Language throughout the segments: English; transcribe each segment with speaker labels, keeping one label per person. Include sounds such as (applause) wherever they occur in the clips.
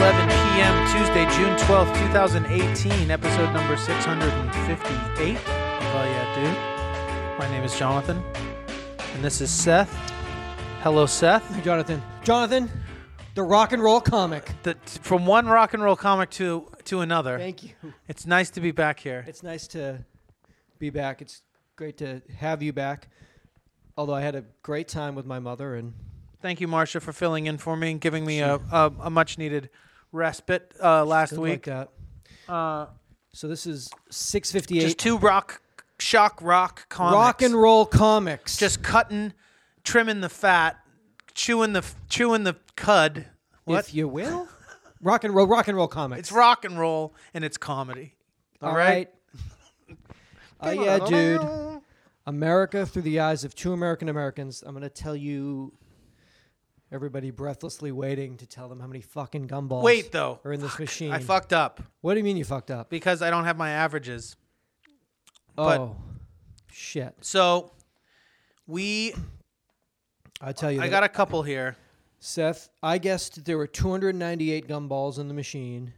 Speaker 1: p.m. Tuesday, June twelfth, two 2018, episode number 658 of Hell Oh, Yeah Dude. My name is Jonathan, and this is Seth. Hello, Seth.
Speaker 2: Jonathan. Jonathan, the rock and roll comic.
Speaker 1: The, from one rock and roll comic to, to another,
Speaker 2: Thank you.
Speaker 1: it's nice to be back here.
Speaker 2: It's nice to be back. It's great to have you back. Although I had a great time with my mother and
Speaker 1: Thank you, Marcia, for filling in for me and giving me a, a, a much needed respite uh, last
Speaker 2: stuff like
Speaker 1: week.
Speaker 2: that.
Speaker 1: uh,
Speaker 2: So this is
Speaker 1: just
Speaker 2: 658
Speaker 1: two rock, shock rock comics.
Speaker 2: rock and roll comics.
Speaker 1: just cutting, trimming the fat, chewing the chewing the cud. What?
Speaker 2: if you will. rock and roll rock and roll comics.
Speaker 1: it's rock and roll and it's comedy.
Speaker 2: All (laughs) right. Oh yeah, dude. (laughs) America through the eyes of two American Americans. I'm gonna tell you. Everybody breathlessly waiting to tell them how many fucking gumballs.
Speaker 1: Wait though,
Speaker 2: Are in this machine.
Speaker 1: I fucked up
Speaker 2: What do you mean you fucked up?
Speaker 1: because I don't have my averages. but-
Speaker 2: oh, shit!
Speaker 1: So we,
Speaker 2: I tell you,
Speaker 1: I
Speaker 2: that-
Speaker 1: got a couple here.
Speaker 2: Seth. I guessed that there were 298 gumballs in the machine.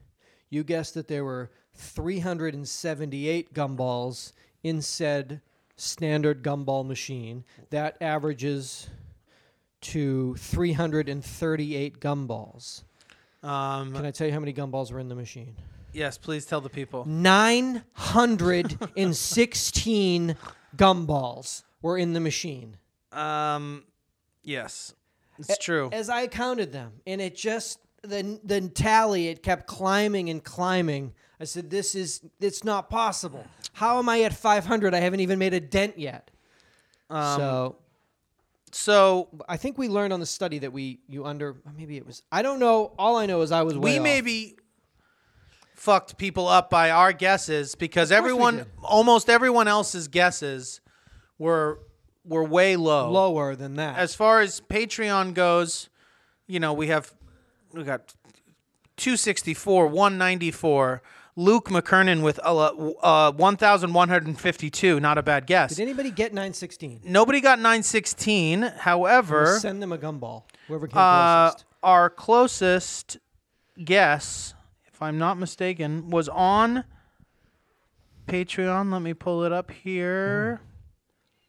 Speaker 2: You guessed that there were 378 gumballs in said standard gumball machine. That averages to 338 gumballs.
Speaker 1: Um,
Speaker 2: Can I tell you how many gumballs were in the machine?
Speaker 1: yes, please tell the people.
Speaker 2: 916 gumballs were in the machine.
Speaker 1: Um, yes,
Speaker 2: Eh,
Speaker 1: it's true.
Speaker 2: As I counted them, and it just the the tally it kept climbing and climbing. I said, "This is it's not possible. How am I at 500? I haven't even made a dent yet." so
Speaker 1: So
Speaker 2: I think we learned on the study that we you under maybe it was I don't know. All I know is I was way
Speaker 1: we
Speaker 2: off.
Speaker 1: maybe fucked people up by our guesses because
Speaker 2: we
Speaker 1: everyone
Speaker 2: did.
Speaker 1: almost everyone else's guesses were were way low.
Speaker 2: lower than that.
Speaker 1: As far as Patreon goes, you know, we have we got 264, 194, Luke McKernan with uh, uh, 1152, not a bad guess.
Speaker 2: Did anybody get 916?
Speaker 1: Nobody got 916. However,
Speaker 2: Send them a gumball. Whoever came
Speaker 1: uh,
Speaker 2: closest.
Speaker 1: our closest guess, if I'm not mistaken, was on Patreon. Let me pull it up here.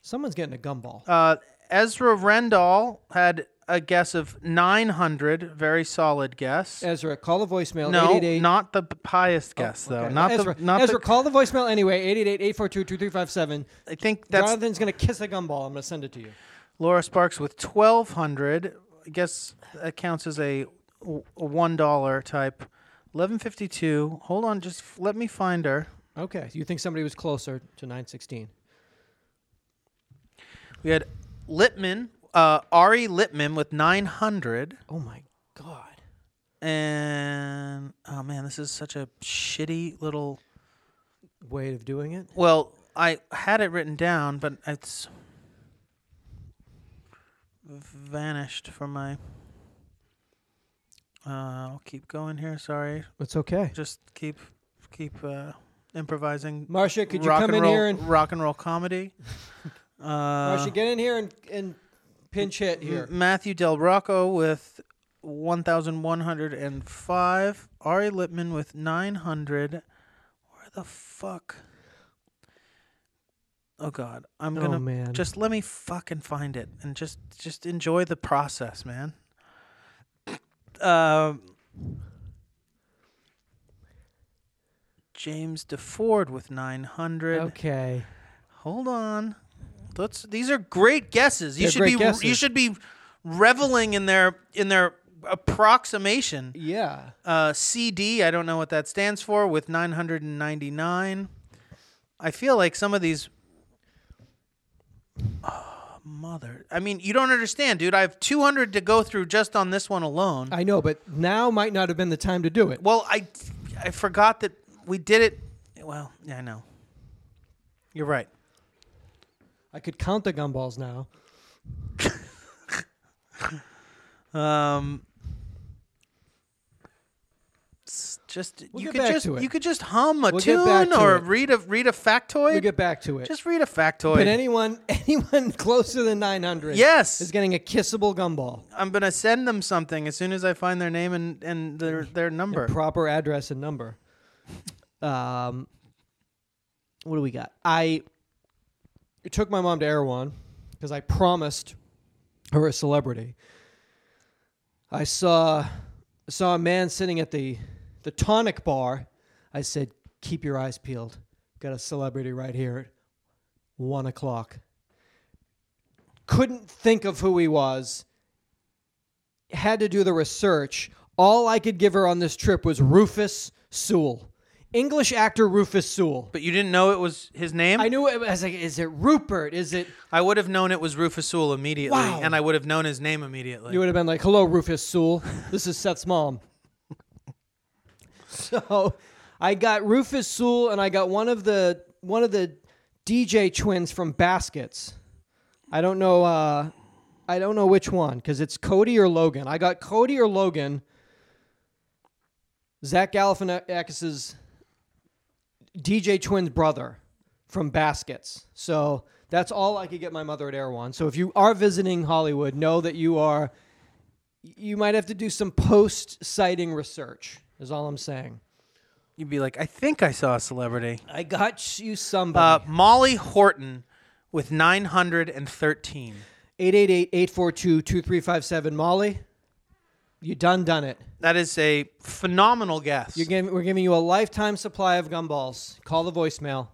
Speaker 2: Someone's getting a gumball.
Speaker 1: Uh, Ezra Rendall had a guess of 900. Very solid guess.
Speaker 2: Ezra, call the voicemail.
Speaker 1: no,
Speaker 2: 888
Speaker 1: not the highest guess though.
Speaker 2: Oh, Okay.
Speaker 1: Not
Speaker 2: Ezra,
Speaker 1: the not
Speaker 2: Ezra
Speaker 1: the.
Speaker 2: call the voicemail anyway. 888-842-2357.
Speaker 1: I think that's
Speaker 2: Jonathan's gonna kiss a gumball. I'm gonna send it to you.
Speaker 1: Laura Sparks with 1200. I guess that counts as a w- a one dollar type. 1152. Hold on, just f- let me find her.
Speaker 2: Okay. You think somebody was closer to 916?
Speaker 1: We had Littman, uh, Ari Littman with 900.
Speaker 2: Oh my god.
Speaker 1: And oh man, this is such a shitty little.
Speaker 2: Way of doing it.
Speaker 1: Well, I had it written down, but it's vanished from my. Uh, I'll keep going here. Sorry,
Speaker 2: It's okay.
Speaker 1: just keep keep uh, improvising.
Speaker 2: Marcia, could you
Speaker 1: rock
Speaker 2: come
Speaker 1: and
Speaker 2: in
Speaker 1: roll,
Speaker 2: here and
Speaker 1: rock and roll
Speaker 2: (laughs)
Speaker 1: comedy? uh,
Speaker 2: Marcia get in here and, and pinch hit
Speaker 1: M-
Speaker 2: here?
Speaker 1: Matthew Del Rocco with 1,105. Ari Lipman with 900. Where the fuck? Oh God, I'm
Speaker 2: Oh,
Speaker 1: gonna
Speaker 2: man.
Speaker 1: just let me fucking find it and just just enjoy the process, man. Um, James DeFord with 900.
Speaker 2: Okay.
Speaker 1: Hold on. Let's, these are great guesses. You
Speaker 2: They're
Speaker 1: should
Speaker 2: great
Speaker 1: be
Speaker 2: guesses.
Speaker 1: you should be reveling in their in their approximation.
Speaker 2: Yeah.
Speaker 1: Uh, CD, I don't know what that stands for with 999. I feel like some of these oh, mother. I mean, you don't understand, dude. I have 200 to go through just on this one alone.
Speaker 2: I know, but now might not have been the time to do it.
Speaker 1: well, I I forgot that we did it. Well, yeah, I know. You're right.
Speaker 2: I could count the gumballs now.
Speaker 1: Um, s- Just
Speaker 2: We'll
Speaker 1: you
Speaker 2: get
Speaker 1: could
Speaker 2: back
Speaker 1: just
Speaker 2: to it.
Speaker 1: you could just hum a
Speaker 2: We'll get back
Speaker 1: tune
Speaker 2: to
Speaker 1: or
Speaker 2: it.
Speaker 1: read a read a factoid.
Speaker 2: We'll get back to it.
Speaker 1: just read a factoid.
Speaker 2: but anyone (laughs) anyone closer than 900
Speaker 1: Yes.
Speaker 2: is getting a kissable gumball.
Speaker 1: I'm gonna send them something as soon as I find their name and, and their their number.
Speaker 2: proper address and number. Um, what do we got? I took my mom to Erewhon because I promised her a celebrity. I saw saw a man sitting at the the tonic bar. I said, "Keep your eyes peeled. Got a celebrity right here at one o'clock." Couldn't think of who he was had to do the research, all I could give her on this trip was Rufus Sewell. English actor Rufus Sewell.
Speaker 1: but you didn't know it was his name.
Speaker 2: I knew it I was like, is it Rupert? Is it
Speaker 1: I would have known it was Rufus Sewell immediately,
Speaker 2: Wow.
Speaker 1: and I would have known his name immediately.
Speaker 2: you would have been like, Hello, Rufus Sewell. This is Seth's mom. (laughs) so I got Rufus Sewell and I got one of the one of the DJ twins from Baskets. I don't know uh I don't know which one, because it's Cody or Logan. I got Cody or Logan. Zach Galifianakis's DJ Twin's brother from Baskets. So that's all I could get my mother at Erewhon. So if you are visiting Hollywood, know that you are. You might have to do some post sighting research. Is all I'm saying.
Speaker 1: You'd be like, I think I saw a celebrity.
Speaker 2: I got you
Speaker 1: Uh,
Speaker 2: somebody.
Speaker 1: Molly Horton with 913.
Speaker 2: 888-842-2357. Molly, you done done it.
Speaker 1: That is a phenomenal guess.
Speaker 2: You're giving, we're giving you a lifetime supply of gumballs. Call the voicemail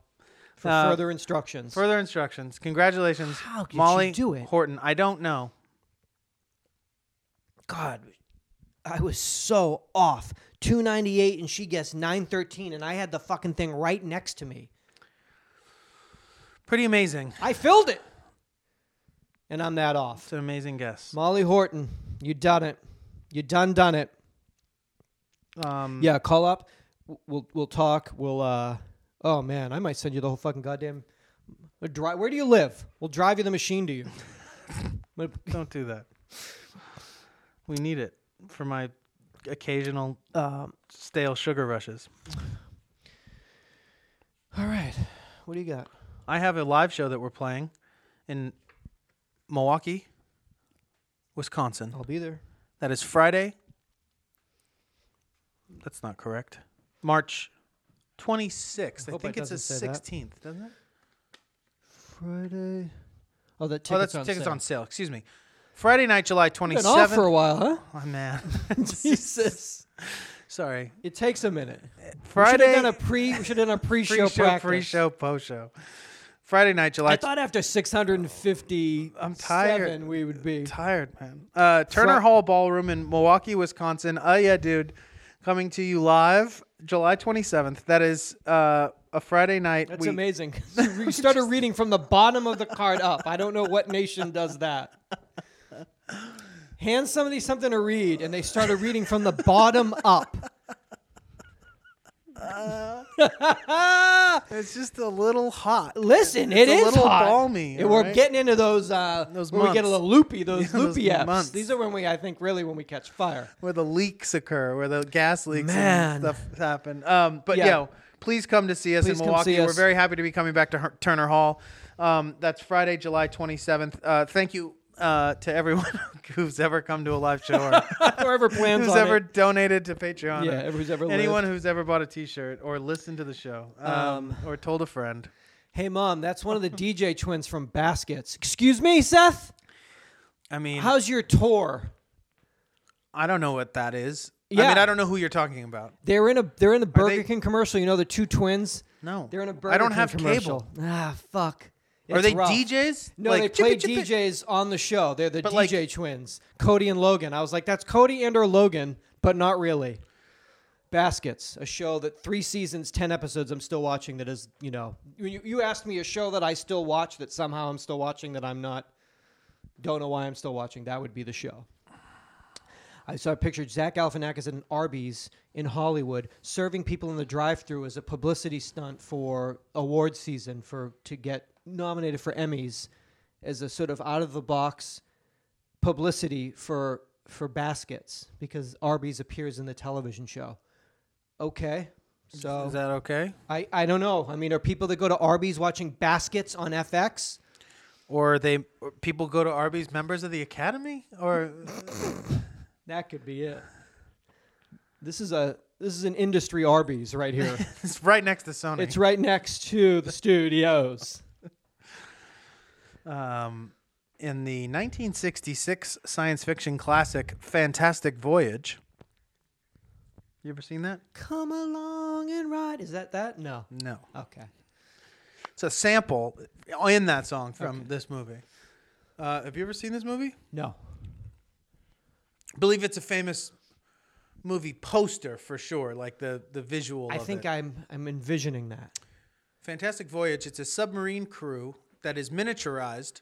Speaker 2: for
Speaker 1: Uh,
Speaker 2: further instructions.
Speaker 1: Further instructions. Congratulations,
Speaker 2: How did you
Speaker 1: Molly
Speaker 2: do it?
Speaker 1: Horton. I don't know.
Speaker 2: God, I was so off. 298 and she guessed 913 and I had the fucking thing right next to me.
Speaker 1: Pretty amazing.
Speaker 2: I filled it. And I'm that off.
Speaker 1: It's an amazing guess.
Speaker 2: Molly Horton, you done it. You done done it.
Speaker 1: Um,
Speaker 2: Yeah, call up. W- We'll we'll talk. We'll uh Oh man, I might send you the whole fucking goddamn a dri Where do you live? We'll drive you the machine
Speaker 1: (laughs)
Speaker 2: to you. I'm gonna-
Speaker 1: Don't do that. We need it for my occasional
Speaker 2: um,
Speaker 1: stale sugar rushes.
Speaker 2: all right. What do you got?
Speaker 1: I have a live show that we're playing in Milwaukee, Wisconsin.
Speaker 2: I'll be there.
Speaker 1: That is Friday. That's not correct. March 26th.
Speaker 2: I
Speaker 1: I,
Speaker 2: hope
Speaker 1: think
Speaker 2: it
Speaker 1: it's the
Speaker 2: doesn't say that.
Speaker 1: 16th, doesn't it?
Speaker 2: Friday. Oh, that ticket's
Speaker 1: oh, that's
Speaker 2: on
Speaker 1: tickets
Speaker 2: sale.
Speaker 1: on sale. Excuse me. Friday night, July
Speaker 2: Been off
Speaker 1: 27th.
Speaker 2: for a while,
Speaker 1: (laughs)
Speaker 2: huh?
Speaker 1: oh, man.
Speaker 2: (laughs)
Speaker 1: (laughs)
Speaker 2: Jesus.
Speaker 1: Sorry.
Speaker 2: It takes a minute. We should
Speaker 1: Friday.
Speaker 2: have done a pre. We should have done a pre-show,
Speaker 1: pre-show,
Speaker 2: practice.
Speaker 1: pre-show, post-show. Friday night, July.
Speaker 2: I thought after 650,
Speaker 1: I'm tired.
Speaker 2: seven, we would be.
Speaker 1: tired, man. Uh, Turner
Speaker 2: Fri-
Speaker 1: Hall Ballroom in Milwaukee, Wisconsin. Oh yeah, dude, coming to you live July 27th. That is uh, a Friday night.
Speaker 2: That's
Speaker 1: We-
Speaker 2: amazing.
Speaker 1: (laughs)
Speaker 2: (laughs) you started reading from the bottom of the card up. I don't know what nation does that. Hand somebody something to read, and they started reading from the bottom up. (laughs)
Speaker 1: It's just a little hot.
Speaker 2: Listen,
Speaker 1: It's
Speaker 2: it
Speaker 1: a
Speaker 2: is
Speaker 1: little
Speaker 2: hot.
Speaker 1: balmy,
Speaker 2: And
Speaker 1: all
Speaker 2: we're
Speaker 1: right?
Speaker 2: getting into those. Uh,
Speaker 1: Those
Speaker 2: when we get a
Speaker 1: months.
Speaker 2: little loopy. Those
Speaker 1: Yeah, those
Speaker 2: loopy apps.
Speaker 1: months.
Speaker 2: These are when we, I think, really when we catch fire. (laughs)
Speaker 1: where the leaks occur, where the gas leaks
Speaker 2: Man.
Speaker 1: and stuff happen. Um, but
Speaker 2: Yeah.
Speaker 1: yeah. please come to see us
Speaker 2: Please
Speaker 1: in
Speaker 2: come
Speaker 1: Milwaukee.
Speaker 2: see us.
Speaker 1: We're very happy to be coming back to Her- Turner Hall. Um, that's Friday, July 27th. Uh, thank you uh, to everyone (laughs) who's ever come to a live show
Speaker 2: (laughs)
Speaker 1: or (laughs)
Speaker 2: Whoever plans
Speaker 1: who's
Speaker 2: on
Speaker 1: ever
Speaker 2: it.
Speaker 1: donated to Patreon.
Speaker 2: Yeah,
Speaker 1: or
Speaker 2: who's ever
Speaker 1: anyone
Speaker 2: lived.
Speaker 1: who's ever bought a T-shirt or listened to the show um, or told a friend.
Speaker 2: Hey, mom, that's one of the DJ twins from Baskets. Excuse me, Seth.
Speaker 1: I mean,
Speaker 2: How's your tour?
Speaker 1: I don't know what that is.
Speaker 2: Yeah.
Speaker 1: I mean, I don't know who you're talking about.
Speaker 2: They're in a they're in a Burger
Speaker 1: they-
Speaker 2: King commercial. You know, the two twins.
Speaker 1: No,
Speaker 2: They're in a Burger
Speaker 1: I don't
Speaker 2: King
Speaker 1: have
Speaker 2: commercial.
Speaker 1: cable.
Speaker 2: Ah, fuck.
Speaker 1: Are
Speaker 2: It's
Speaker 1: they
Speaker 2: rough.
Speaker 1: DJs?
Speaker 2: No,
Speaker 1: Like,
Speaker 2: they play
Speaker 1: chippa, chippa-
Speaker 2: DJs on the show. They're the
Speaker 1: But, like-
Speaker 2: DJ twins, Cody and Logan. I was like, that's Cody and or Logan, but not really. Baskets, a show that three seasons, ten episodes. I'm still watching. That is, you know, you, you asked me a show that I still watch that somehow I'm still watching that I'm not. Don't know why I'm still watching. That would be the show. I saw a picture of Zach Galifianakis at an Arby's in Hollywood serving people in the drive-through as a publicity stunt for award season for to get nominated for Emmys as a sort of out of the box publicity for for baskets because Arby's appears in the television show. Okay. So
Speaker 1: Is that okay?
Speaker 2: I, I don't know. I mean, are people that go to Arby's watching baskets on FX?
Speaker 1: Or they or people go to Arby's members of the academy or (laughs)
Speaker 2: That could be it. This is a this is an industry Arby's right (laughs) here.
Speaker 1: it's right next to Sony.
Speaker 2: it's right next to the studios.
Speaker 1: um, in the 1966 science fiction classic Fantastic Voyage. You ever seen that?
Speaker 2: Come along and ride. Is that that? No.
Speaker 1: No.
Speaker 2: Okay.
Speaker 1: It's a sample in that song from this movie. Uh, have you ever seen this movie?
Speaker 2: No.
Speaker 1: I believe it's a famous movie poster for sure, like the the visual.
Speaker 2: I
Speaker 1: of
Speaker 2: think
Speaker 1: it.
Speaker 2: I'm I'm envisioning that.
Speaker 1: Fantastic Voyage. It's a submarine crew that is miniaturized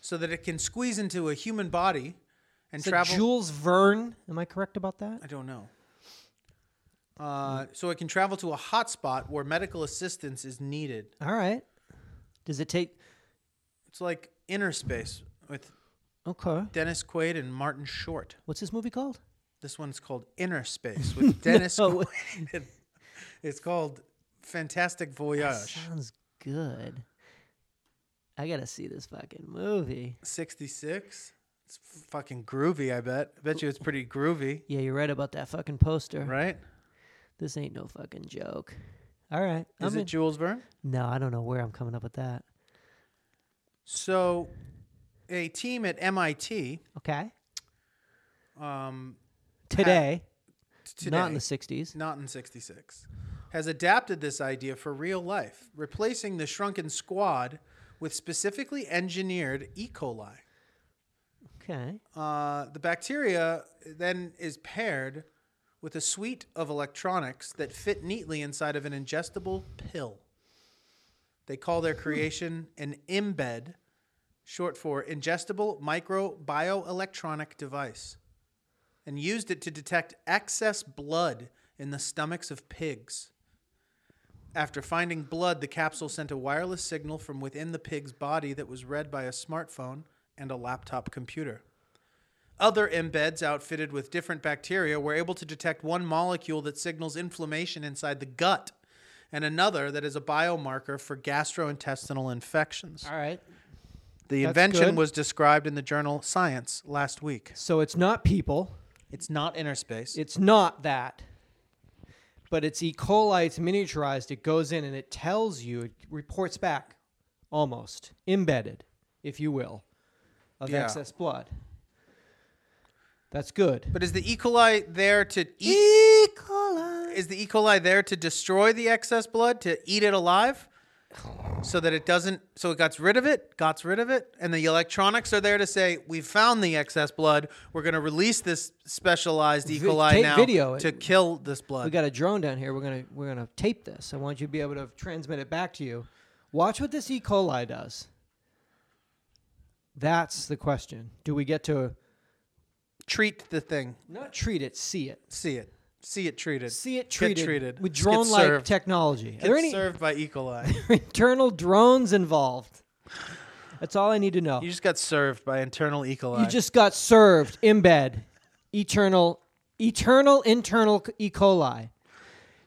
Speaker 1: so that it can squeeze into a human body and
Speaker 2: Is it
Speaker 1: travel.
Speaker 2: Jules Verne? Am I correct about that?
Speaker 1: I don't know. Uh, so it can travel to a hotspot where medical assistance is needed.
Speaker 2: All right. Does it take?
Speaker 1: It's like Inner Space with
Speaker 2: Okay.
Speaker 1: Dennis Quaid and Martin Short.
Speaker 2: What's this movie called?
Speaker 1: This one's called Inner Space with Dennis
Speaker 2: No.
Speaker 1: Quaid. (laughs) It's called Fantastic Voyage
Speaker 3: Sounds good. I gotta see this fucking movie.
Speaker 1: 66. It's fucking groovy, I bet. I bet you it's pretty groovy,
Speaker 3: Yeah, you're right about that fucking poster.
Speaker 1: right?
Speaker 3: This ain't no fucking joke.
Speaker 2: All right.
Speaker 1: Is
Speaker 3: I'm
Speaker 1: it
Speaker 3: in-
Speaker 1: Jules Verne?
Speaker 3: No, I don't know where I'm coming up with that.
Speaker 1: So, a team at MIT
Speaker 3: Okay.
Speaker 1: um,
Speaker 2: Today.
Speaker 1: today,
Speaker 3: Not in the 60s.
Speaker 1: not in 66, has adapted this idea for real life, replacing the shrunken squad with specifically engineered E. coli.
Speaker 3: Okay.
Speaker 1: Uh, the bacteria then is paired with a suite of electronics that fit neatly inside of an ingestible pill. They call their creation an embed, short for ingestible micro bioelectronic device, and used it to detect excess blood in the stomachs of pigs. After finding blood, the capsule sent a wireless signal from within the pig's body that was read by a smartphone and a laptop computer. Other embeds outfitted with different bacteria were able to detect one molecule that signals inflammation inside the gut and another that is a biomarker for gastrointestinal infections.
Speaker 2: All right.
Speaker 1: The
Speaker 2: That's
Speaker 1: invention
Speaker 2: good.
Speaker 1: was described in the journal Science last week.
Speaker 2: So it's not people.
Speaker 1: It's not inner space.
Speaker 2: It's not that. But it's E. coli, it's miniaturized, it goes in and it tells you, it reports back almost, embedded, if you will, of
Speaker 1: Yeah.
Speaker 2: excess blood. That's good.
Speaker 1: but is the E. coli there to eat?
Speaker 2: E. coli.
Speaker 1: Is the E. coli there to destroy the excess blood to eat it alive, so that it doesn't? So it gets rid of it, gets rid of it, and the electronics are there to say we found the excess blood. We're going to release this specialized E.
Speaker 2: Vi-
Speaker 1: coli
Speaker 2: take
Speaker 1: now
Speaker 2: video.
Speaker 1: to kill this blood.
Speaker 2: We got a drone down here. We're gonna we're gonna tape this. I want you to be able to transmit it back to you. Watch what this E. coli does. That's the question. Do we get to
Speaker 1: treat the thing.
Speaker 2: not treat it, see it?
Speaker 1: See it. See it treated.
Speaker 2: See it
Speaker 1: Get
Speaker 2: treated,
Speaker 1: treated.
Speaker 2: with
Speaker 1: Get
Speaker 2: drone-like
Speaker 1: served.
Speaker 2: technology. Are
Speaker 1: Get
Speaker 2: there any
Speaker 1: served by E. coli.
Speaker 2: (laughs) internal drones involved? That's all I need to know.
Speaker 1: you
Speaker 2: You,
Speaker 1: just got served by internal E. coli.
Speaker 2: just got served in bed. Eternal, eternal internal c- E. coli.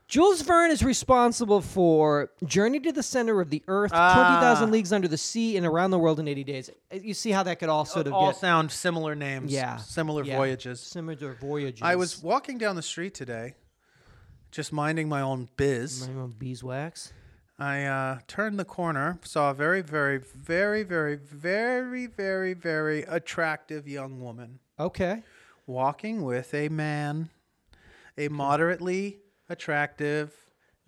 Speaker 2: Jules Verne is responsible for Journey to the Center of the Earth,
Speaker 1: Ah.
Speaker 2: Twenty Thousand Leagues Under the Sea, and Around the World in Eighty Days. Uh, You see how that could all sort of
Speaker 1: all
Speaker 2: get
Speaker 1: sound similar names.
Speaker 2: yeah
Speaker 1: Similar
Speaker 2: yeah,
Speaker 1: voyages.
Speaker 2: similar voyages.
Speaker 1: I was walking down the street today, just minding my own biz.
Speaker 2: Remember beeswax.
Speaker 1: I uh, turned the corner, saw a very, very, very, very, very, very, very attractive young woman
Speaker 2: Okay,
Speaker 1: walking with a man, a moderately attractive,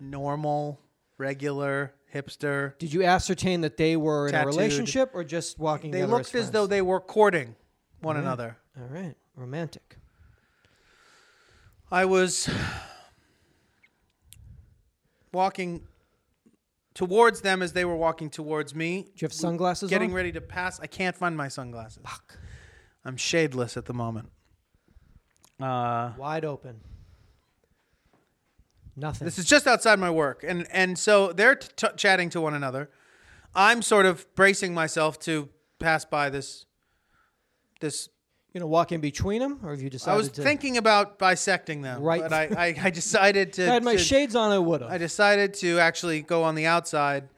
Speaker 1: normal, regular hipster.
Speaker 2: did you ascertain that they were in
Speaker 1: Tattooed.
Speaker 2: a relationship or just walking?
Speaker 1: They
Speaker 2: together
Speaker 1: looked as
Speaker 2: friends?
Speaker 1: though they were courting one another.
Speaker 2: All right, romantic.
Speaker 1: I was walking towards them as they were walking towards me,
Speaker 2: Do you have sunglasses
Speaker 1: getting
Speaker 2: on?
Speaker 1: ready to pass. I can't find my sunglasses. I'm shadeless at the moment. Uh,
Speaker 2: Wide open. Nothing.
Speaker 1: this is just outside my work, and and so they're t- t- chatting to one another. I'm sort of bracing myself to pass by this this
Speaker 2: You gonna walk in between them, or have you decided?
Speaker 1: I was
Speaker 2: to,
Speaker 1: thinking about bisecting them,
Speaker 2: Right.
Speaker 1: but I, I,
Speaker 2: (laughs)
Speaker 1: I decided to.
Speaker 2: If I had my
Speaker 1: to-
Speaker 2: shades on, I would
Speaker 1: I
Speaker 2: have.
Speaker 1: decided to actually go on the outside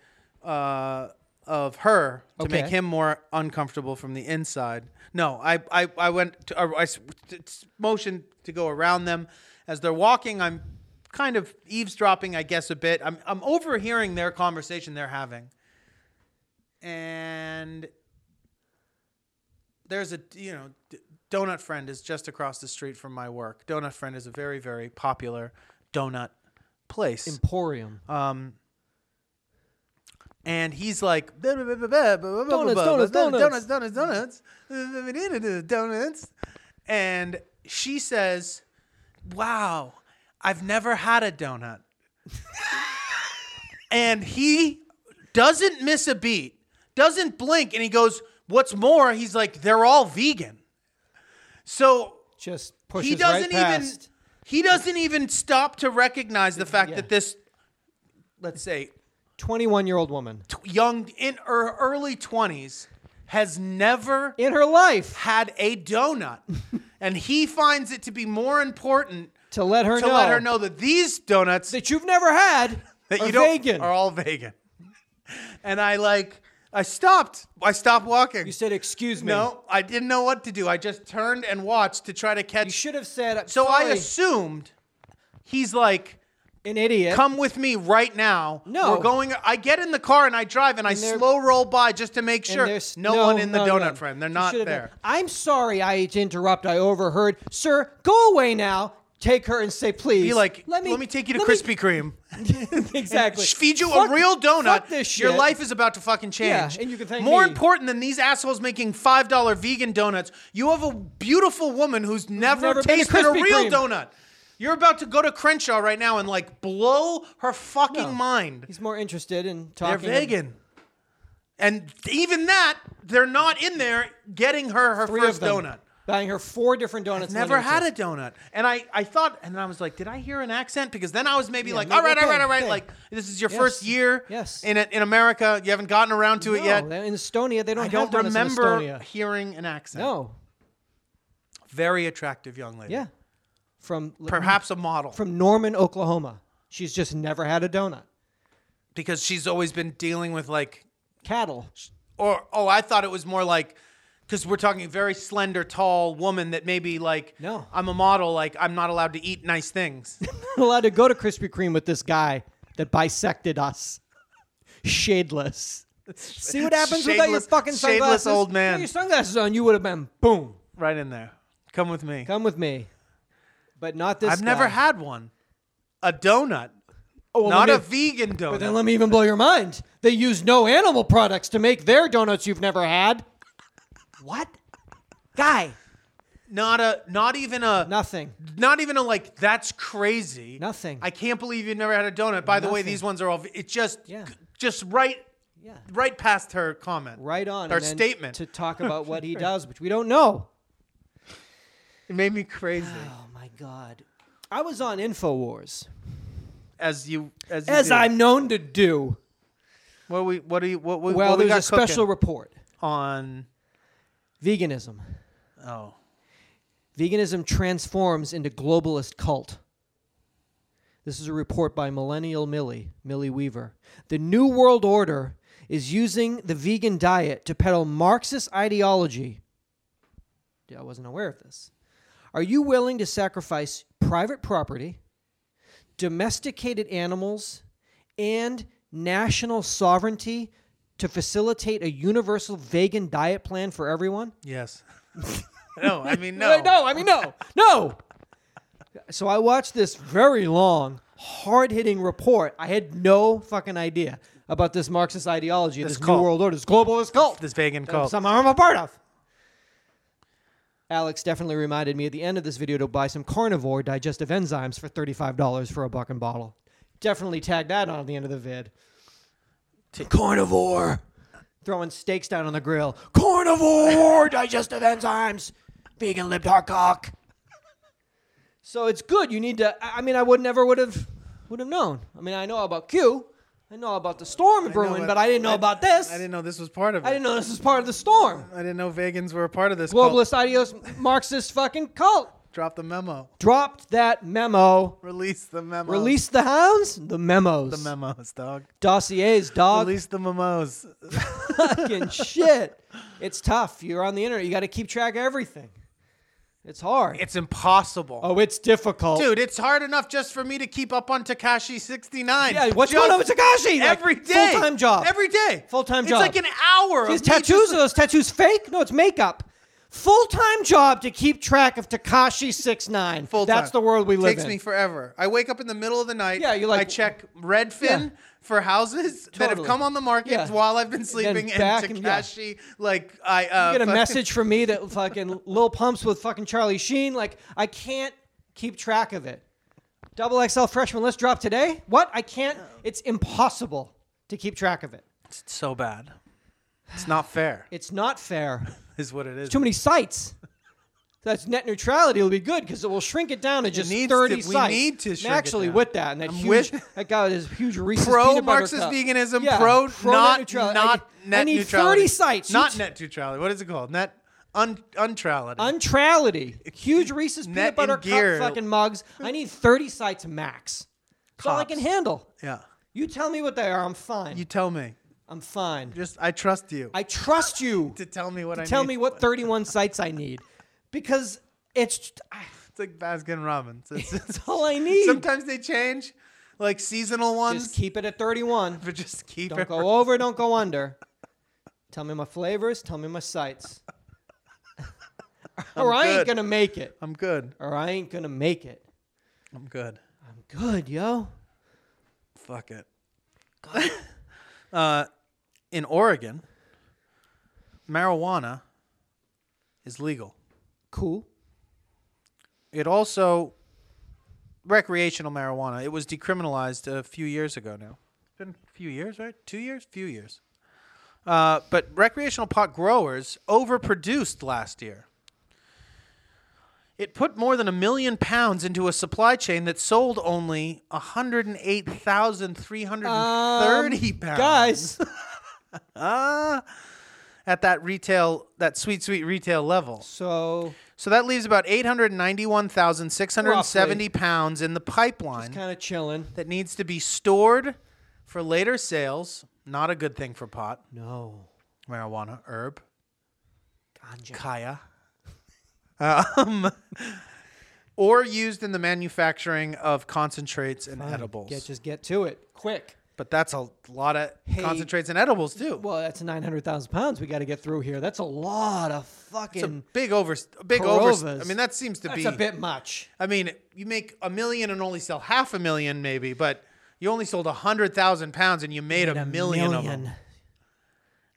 Speaker 1: uh, of her to
Speaker 2: Okay.
Speaker 1: make him more uncomfortable from the inside. No, I I, I went to, uh, I s- t- s- motioned to go around them as they're walking. I'm kind of eavesdropping, I guess, a bit. I'm I'm overhearing their conversation they're having, and there's a you know D- donut friend is just across the street from my work donut friend is a very very popular donut place
Speaker 2: Emporium.
Speaker 1: um, and he's like donuts, donuts,
Speaker 2: donuts,
Speaker 1: donuts, donuts, donuts, donuts. And she says, "Wow, I've never had a donut." (laughs) and he doesn't miss a beat, doesn't blink, and he goes, "What's more?" He's like, "They're all vegan." So
Speaker 2: Just pushes
Speaker 1: he doesn't
Speaker 2: right
Speaker 1: even
Speaker 2: past.
Speaker 1: he doesn't even stop to recognize the fact
Speaker 2: Yeah.
Speaker 1: that this let's say
Speaker 2: Twenty-one-year-old woman
Speaker 1: t- young in her early 20s has never
Speaker 2: in her life
Speaker 1: had a
Speaker 2: (laughs)
Speaker 1: donut and he finds it to be more important
Speaker 2: to let her
Speaker 1: to
Speaker 2: know
Speaker 1: let her know that these donuts
Speaker 2: that you've never had
Speaker 1: (laughs) that
Speaker 2: are
Speaker 1: you don't
Speaker 2: vegan.
Speaker 1: are all vegan and i like i stopped i stopped walking
Speaker 2: you said, "Excuse me."
Speaker 1: no i didn't know what to do i just turned and watched to try to
Speaker 2: You
Speaker 1: catch
Speaker 2: should have said. "I'm
Speaker 1: so i
Speaker 2: sorry,
Speaker 1: assumed he's like
Speaker 2: an idiot.
Speaker 1: come with me right now.
Speaker 2: No.
Speaker 1: we're going. I get in the car and I drive and I
Speaker 2: they're-
Speaker 1: slow roll by just to make
Speaker 2: And
Speaker 1: sure
Speaker 2: there's-
Speaker 1: no, one in the
Speaker 2: no,
Speaker 1: donut
Speaker 2: no.
Speaker 1: friend. They're
Speaker 2: You
Speaker 1: not
Speaker 2: should have been,
Speaker 1: there.
Speaker 2: I'm sorry I had to interrupt. I overheard. Sir, go away now. Take her and say, please.
Speaker 1: Be like, let me, take you to
Speaker 2: let me-
Speaker 1: Krispy Kreme.
Speaker 2: (laughs) exactly.
Speaker 1: Feed you
Speaker 2: Fuck-
Speaker 1: a real donut.
Speaker 2: Fuck this shit.
Speaker 1: Your life is about to fucking change.
Speaker 2: Yeah, and you can thank
Speaker 1: More
Speaker 2: me.
Speaker 1: important than these assholes making five dollar vegan donuts, you have a beautiful woman who's never,
Speaker 2: never been to
Speaker 1: tasted a
Speaker 2: Krispy
Speaker 1: real
Speaker 2: Kreme.
Speaker 1: donut. You're about to go to Crenshaw right now and like blow her fucking
Speaker 2: No.
Speaker 1: mind.
Speaker 2: He's more interested in
Speaker 1: They're
Speaker 2: talking.
Speaker 1: vegan. And even that, they're not in there getting her her
Speaker 2: Three
Speaker 1: first
Speaker 2: of them,
Speaker 1: donut.
Speaker 2: Buying her four different donuts.
Speaker 1: Never had a donut. And I, I thought, and I was like, did I hear an accent? Because then I was maybe like,
Speaker 2: maybe-
Speaker 1: all right, all right,
Speaker 2: okay,
Speaker 1: all right.
Speaker 2: okay.
Speaker 1: Like, this is your
Speaker 2: Yes.
Speaker 1: first year
Speaker 2: Yes.
Speaker 1: in, in America. You haven't gotten around to
Speaker 2: No,
Speaker 1: it yet.
Speaker 2: in Estonia, they don't
Speaker 1: I
Speaker 2: have
Speaker 1: don't
Speaker 2: donuts in
Speaker 1: remember
Speaker 2: Estonia.
Speaker 1: hearing an accent.
Speaker 2: No.
Speaker 1: Very attractive young lady.
Speaker 2: Yeah. From
Speaker 1: Perhaps a model.
Speaker 2: from Norman, Oklahoma. She's just never had a donut.
Speaker 1: because she's always been dealing with like
Speaker 2: Cattle.
Speaker 1: or oh, I thought it was more like because we're talking very slender, tall woman that maybe like
Speaker 2: No.
Speaker 1: I'm a model, like I'm not allowed to eat nice
Speaker 2: (laughs)
Speaker 1: things.
Speaker 2: allowed to go to Krispy Kreme with this guy that bisected us. Shadeless. See what happens without your
Speaker 1: Shadeless-
Speaker 2: fucking
Speaker 1: shadeless
Speaker 2: sunglasses.
Speaker 1: old man.
Speaker 2: Get your sunglasses on, you would have been boom.
Speaker 1: right in there. Come with me.
Speaker 2: Come with me, but not this.
Speaker 1: I've never
Speaker 2: guy.
Speaker 1: had one. A donut,
Speaker 2: Oh, well,
Speaker 1: not
Speaker 2: let
Speaker 1: a
Speaker 2: me-
Speaker 1: vegan donut.
Speaker 2: But then let me even blow your mind. They use no animal products to make their donuts. You've never had. What, guy?
Speaker 1: not a, not even a, not,
Speaker 2: Nothing.
Speaker 1: even a like. That's crazy.
Speaker 2: Nothing.
Speaker 1: I can't believe you've never had a donut. By the way,
Speaker 2: Nothing.
Speaker 1: these ones are all. It just,
Speaker 2: Yeah.
Speaker 1: just right,
Speaker 2: Yeah.
Speaker 1: right past her comment.
Speaker 2: Right on.
Speaker 1: Her
Speaker 2: and then
Speaker 1: statement.
Speaker 2: to talk about
Speaker 1: (laughs)
Speaker 2: what he does, which we don't know.
Speaker 1: It made me crazy.
Speaker 2: (sighs) Oh my god. I was on Infowars,
Speaker 1: As you, as you
Speaker 2: as
Speaker 1: do.
Speaker 2: I'm known to do.
Speaker 1: What we what do you what we
Speaker 2: Well,
Speaker 1: what we
Speaker 2: there's
Speaker 1: got
Speaker 2: a special
Speaker 1: cooking
Speaker 2: report.
Speaker 1: on
Speaker 2: Veganism.
Speaker 1: oh
Speaker 2: Veganism transforms into globalist cult. This is a report by Millennial Millie, Millie Weaver. The New World Order is using the vegan diet to peddle Marxist ideology. Yeah, I wasn't aware of this. Are you willing to sacrifice private property, domesticated animals, and national sovereignty to facilitate a universal vegan diet plan for everyone? (laughs)
Speaker 1: yes. no, I mean
Speaker 2: Uh,
Speaker 1: no.
Speaker 2: no, I mean no, no. So I watched this very long, hard-hitting report. I had no fucking idea about this Marxist ideology, this,
Speaker 1: cult.
Speaker 2: New World Order, this globalist cult.
Speaker 1: This vegan cult.
Speaker 2: Some I'm a part of. Alex definitely reminded me at the end of this video to buy some carnivore digestive enzymes for thirty-five dollars for a buck and bottle. Definitely tag that on at the end of the vid.
Speaker 1: To-
Speaker 2: carnivore, throwing steaks down on the grill. Carnivore (laughs) digestive enzymes, vegan lip dark cock. So it's good. You need to. I I mean, I would never would have would have known. I mean, I know about Q. I I know about the storm
Speaker 1: know,
Speaker 2: brewing, but, I didn't know about this.
Speaker 1: I didn't know this was part of it.
Speaker 2: I didn't know this was part of the storm.
Speaker 1: I didn't know vegans were a part of this. Cult.
Speaker 2: Globalist ideos Marxist fucking cult.
Speaker 1: Drop the memo.
Speaker 2: Dropped that memo.
Speaker 1: Release the memo.
Speaker 2: Release the hounds? The memos.
Speaker 1: Uh, the memos, dog.
Speaker 2: Dossiers, dog.
Speaker 1: Release the memos.
Speaker 2: (laughs) fucking shit. It's tough. You're on the internet. You got to keep track of everything. It's hard.
Speaker 1: It's impossible.
Speaker 2: oh, it's difficult.
Speaker 1: Dude, it's hard enough just for me to keep up on Takashi 69.
Speaker 2: Yeah, what's
Speaker 1: Just
Speaker 2: going on with Takashi? Like,
Speaker 1: Every day.
Speaker 2: Full-time job.
Speaker 1: Every day.
Speaker 2: Full-time
Speaker 1: it's
Speaker 2: job.
Speaker 1: It's like an hour.
Speaker 2: His
Speaker 1: of me
Speaker 2: tattoos,
Speaker 1: just-
Speaker 2: are those tattoos fake? No, it's makeup. Full time job to keep track of Takashi six nine.
Speaker 1: Full-time.
Speaker 2: That's the world we live
Speaker 1: Takes
Speaker 2: in.
Speaker 1: me forever. I wake up in the middle of the night.
Speaker 2: Yeah, you're like-
Speaker 1: I check Redfin
Speaker 2: Yeah.
Speaker 1: for houses that have
Speaker 2: Totally.
Speaker 1: come on the market
Speaker 2: Yeah.
Speaker 1: while I've been sleeping. And,
Speaker 2: back and- yeah.
Speaker 1: Takashi, like I uh,
Speaker 2: you get a
Speaker 1: fucking-
Speaker 2: message from me that fucking Lil Pumps with fucking Charlie Sheen. Like, I can't keep track of it. Double XL freshman list drop today? What? I can't. It's impossible to keep track of it.
Speaker 1: (laughs) It's so bad. It's not fair.
Speaker 2: It's not fair.
Speaker 1: Is what it is.
Speaker 2: Too many sites. That's net neutrality will be good because it will shrink it down to just
Speaker 1: needs
Speaker 2: thirty
Speaker 1: to- we
Speaker 2: sites.
Speaker 1: need to shrink
Speaker 2: I'm
Speaker 1: it
Speaker 2: actually
Speaker 1: down.
Speaker 2: with that and that
Speaker 1: I'm
Speaker 2: huge
Speaker 1: with-
Speaker 2: that guy with his huge Reese's
Speaker 1: Pro
Speaker 2: peanut butter
Speaker 1: Marxist
Speaker 2: cup.
Speaker 1: veganism,
Speaker 2: Yeah,
Speaker 1: pro,
Speaker 2: net
Speaker 1: not
Speaker 2: neutrality. I
Speaker 1: not
Speaker 2: need-
Speaker 1: net
Speaker 2: I need
Speaker 1: neutrality.
Speaker 2: thirty sites. You
Speaker 1: Not
Speaker 2: t-
Speaker 1: net neutrality. What is it called? Net un untrality.
Speaker 2: Untrality. Huge Reese's peanut
Speaker 1: Net
Speaker 2: butter
Speaker 1: and gear.
Speaker 2: cup fucking mugs. I need 30 sites max. That's all I
Speaker 1: Cops.
Speaker 2: can handle.
Speaker 1: yeah.
Speaker 2: You tell me what they are. I'm fine.
Speaker 1: You tell me.
Speaker 2: I'm fine.
Speaker 1: Just I trust you
Speaker 2: I
Speaker 1: (laughs)
Speaker 2: trust you
Speaker 1: to tell me what I
Speaker 2: to tell
Speaker 1: need.
Speaker 2: me what 31 sites I need because it's,
Speaker 1: (laughs)
Speaker 2: I-
Speaker 1: It's like Baskin Robbins. It's,
Speaker 2: (laughs)
Speaker 1: it's-
Speaker 2: it's all I need.
Speaker 1: sometimes they change, like seasonal ones,
Speaker 2: Just keep it at 31.
Speaker 1: (laughs) but just keep
Speaker 2: Don't
Speaker 1: it. (laughs)
Speaker 2: go over, don't go under. Tell me my flavors, tell me
Speaker 1: (laughs)
Speaker 2: my sites. or I ain't
Speaker 1: good.
Speaker 2: going to make it.
Speaker 1: I'm good.
Speaker 2: Or I ain't going to make it.
Speaker 1: I'm good.
Speaker 2: I'm good, yo.
Speaker 1: Fuck it. (laughs) uh, in Oregon, marijuana is legal.
Speaker 2: Cool.
Speaker 1: It also recreational marijuana. It was decriminalized a few years ago now. It's been a few years, right? Two years? Few years. Uh, but recreational pot growers overproduced last year. It put more than a million pounds into a supply chain that sold only 108,330
Speaker 2: Um,
Speaker 1: pounds.
Speaker 2: Guys,
Speaker 1: Ah, at that retail, that sweet, sweet retail level.
Speaker 2: (laughs) so
Speaker 1: So that leaves about 891,670 pounds in the pipeline
Speaker 2: kind of chilling.
Speaker 1: that needs to be stored for later sales. Not a good thing for pot,
Speaker 2: No.
Speaker 1: marijuana, herb,
Speaker 2: Ganja.
Speaker 1: kaya. Um, (laughs) or used in the manufacturing of concentrates and edibles.
Speaker 2: Get, just get to it quick.
Speaker 1: but that's a lot of
Speaker 2: Hey.
Speaker 1: concentrates and edibles, too.
Speaker 2: Well, that's 900,000 pounds we got to get through here. That's a lot of fucking.
Speaker 1: it's a big over, a big over.
Speaker 2: Corovas.
Speaker 1: I mean, that seems to
Speaker 2: that's
Speaker 1: be
Speaker 2: a bit much.
Speaker 1: I mean, you make a million and only sell half a million, maybe, but you only sold a hundred thousand pounds and you made, a, million, of them.
Speaker 2: Yeah,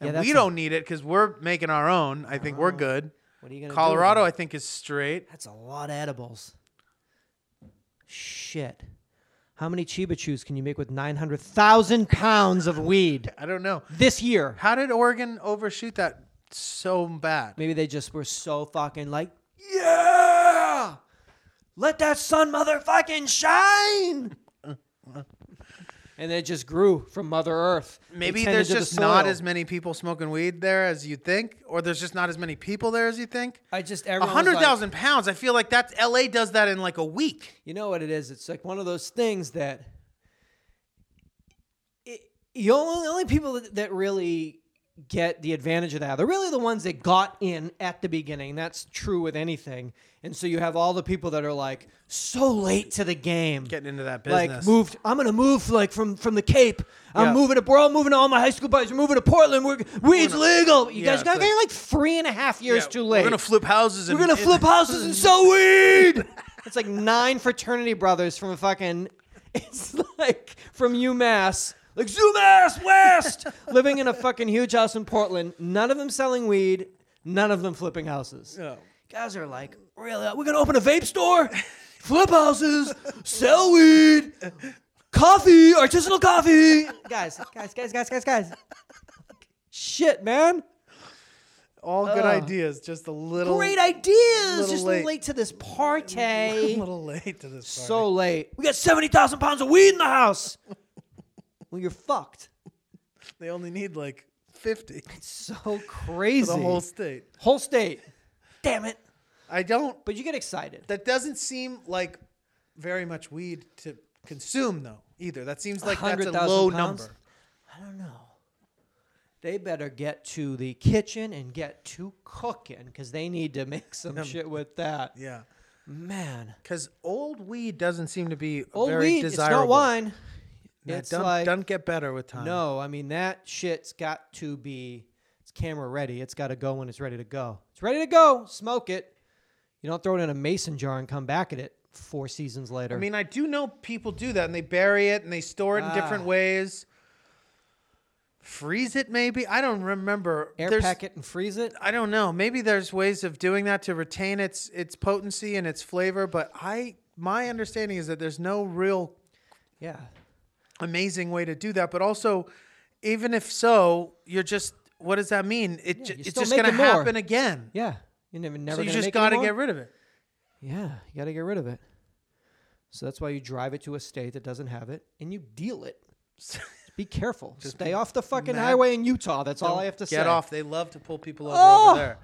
Speaker 1: And
Speaker 2: that's
Speaker 1: we
Speaker 2: a- Oh.
Speaker 1: don't need it because we're making our own. I think we're good.
Speaker 2: What are you going to
Speaker 1: Colorado, I think, is straight.
Speaker 2: That's a lot of edibles. Shit. How many Chiba Chews can you make with 900,000 pounds of weed
Speaker 1: I don't know.
Speaker 2: this year?
Speaker 1: How did Oregon overshoot that so bad?
Speaker 2: Maybe they just were so fucking like, yeah, let that sun motherfucking shine. and it just grew from Mother Earth. They
Speaker 1: Maybe
Speaker 2: tended
Speaker 1: there's
Speaker 2: to the
Speaker 1: just not
Speaker 2: soil.
Speaker 1: as many people smoking weed there as you think, or there's just not as many people there as you think.
Speaker 2: I just
Speaker 1: A
Speaker 2: everyone was
Speaker 1: hundred
Speaker 2: like-
Speaker 1: thousand pounds. I feel like that's LA does that in like a week.
Speaker 2: you know what it is? It's like one of those things that it, you only, the only people that, that really get the advantage of that they're really the ones that got in at the beginning. That's true with anything. And so you have all the people that are like so late to the game.
Speaker 1: Getting into that business.
Speaker 2: like moved. I'm gonna move like from from the Cape. I'm
Speaker 1: Yeah.
Speaker 2: moving to. We're all moving to all my high school buddies. We're moving to Portland. We're weed's legal. You
Speaker 1: Yeah,
Speaker 2: guys got
Speaker 1: it's like-
Speaker 2: you're like three and a half years
Speaker 1: Yeah,
Speaker 2: too late.
Speaker 1: We're gonna flip houses.
Speaker 2: We're
Speaker 1: and-
Speaker 2: gonna
Speaker 1: (laughs)
Speaker 2: flip houses and sell weed. It's like nine fraternity brothers from a fucking. (laughs) It's like from UMass, like UMass (laughs) West, living in a fucking huge house in Portland. None of them selling weed. None of them flipping houses.
Speaker 1: No.
Speaker 2: Guys are like, really? We're gonna open a vape store, flip houses, sell weed, coffee, artisanal coffee. Guys, guys, guys, guys, guys, guys. Shit, man.
Speaker 1: All good
Speaker 2: Ugh.
Speaker 1: ideas, just a little (laughs)
Speaker 2: Great ideas.
Speaker 1: little
Speaker 2: Just
Speaker 1: late.
Speaker 2: late to this party. (laughs)
Speaker 1: little late to this.
Speaker 2: so late. We got 70,000 pounds of weed in the house. (laughs) well, you're fucked.
Speaker 1: They only need like (laughs) 50
Speaker 2: It's (laughs) so crazy.
Speaker 1: for the whole state.
Speaker 2: Whole state. Damn it.
Speaker 1: I don't.
Speaker 2: But you get excited.
Speaker 1: That doesn't seem like very much weed to consume though either. That seems like that's a
Speaker 2: 100,000
Speaker 1: low
Speaker 2: pounds?
Speaker 1: number.
Speaker 2: I don't know. They better get to the kitchen and get to cooking because they need to make some shit with that.
Speaker 1: Yeah.
Speaker 2: Man.
Speaker 1: Because old weed doesn't seem to be
Speaker 2: Old
Speaker 1: very
Speaker 2: weed, it's
Speaker 1: desirable.
Speaker 2: not wine.
Speaker 1: Yeah,
Speaker 2: it's
Speaker 1: don't,
Speaker 2: like,
Speaker 1: don't get better with time.
Speaker 2: no, I mean, that shit's got to be, it's camera ready. It's got to go when it's ready to go. It's ready to go. Smoke it. You don't throw it in a mason jar and come back at it four seasons later.
Speaker 1: I mean, I do know people do that, and they bury it and they store it in different
Speaker 2: Ah.
Speaker 1: ways. Freeze it, maybe. I don't remember.
Speaker 2: air
Speaker 1: There's-
Speaker 2: pack it and freeze it.
Speaker 1: I don't know. Maybe there's ways of doing that to retain its its potency and its flavor, but I my understanding is that there's no real
Speaker 2: Yeah.
Speaker 1: amazing way to do that. But also, even if so, you're just what does that mean? It ju-
Speaker 2: you're
Speaker 1: it's
Speaker 2: still
Speaker 1: just going to
Speaker 2: making more.
Speaker 1: happen again.
Speaker 2: Yeah. You never, never
Speaker 1: so you
Speaker 2: gonna
Speaker 1: just
Speaker 2: make
Speaker 1: got to
Speaker 2: anymore?
Speaker 1: get rid of
Speaker 2: (laughs)
Speaker 1: it.
Speaker 2: Yeah, you got to get rid of it. So that's why you drive it to a state that doesn't have it and you deal it. Be careful. Stay off the fucking
Speaker 1: mad.
Speaker 2: highway in Utah. That's all I have to
Speaker 1: get
Speaker 2: say.
Speaker 1: off. They love to pull people over
Speaker 2: Oh.
Speaker 1: over there.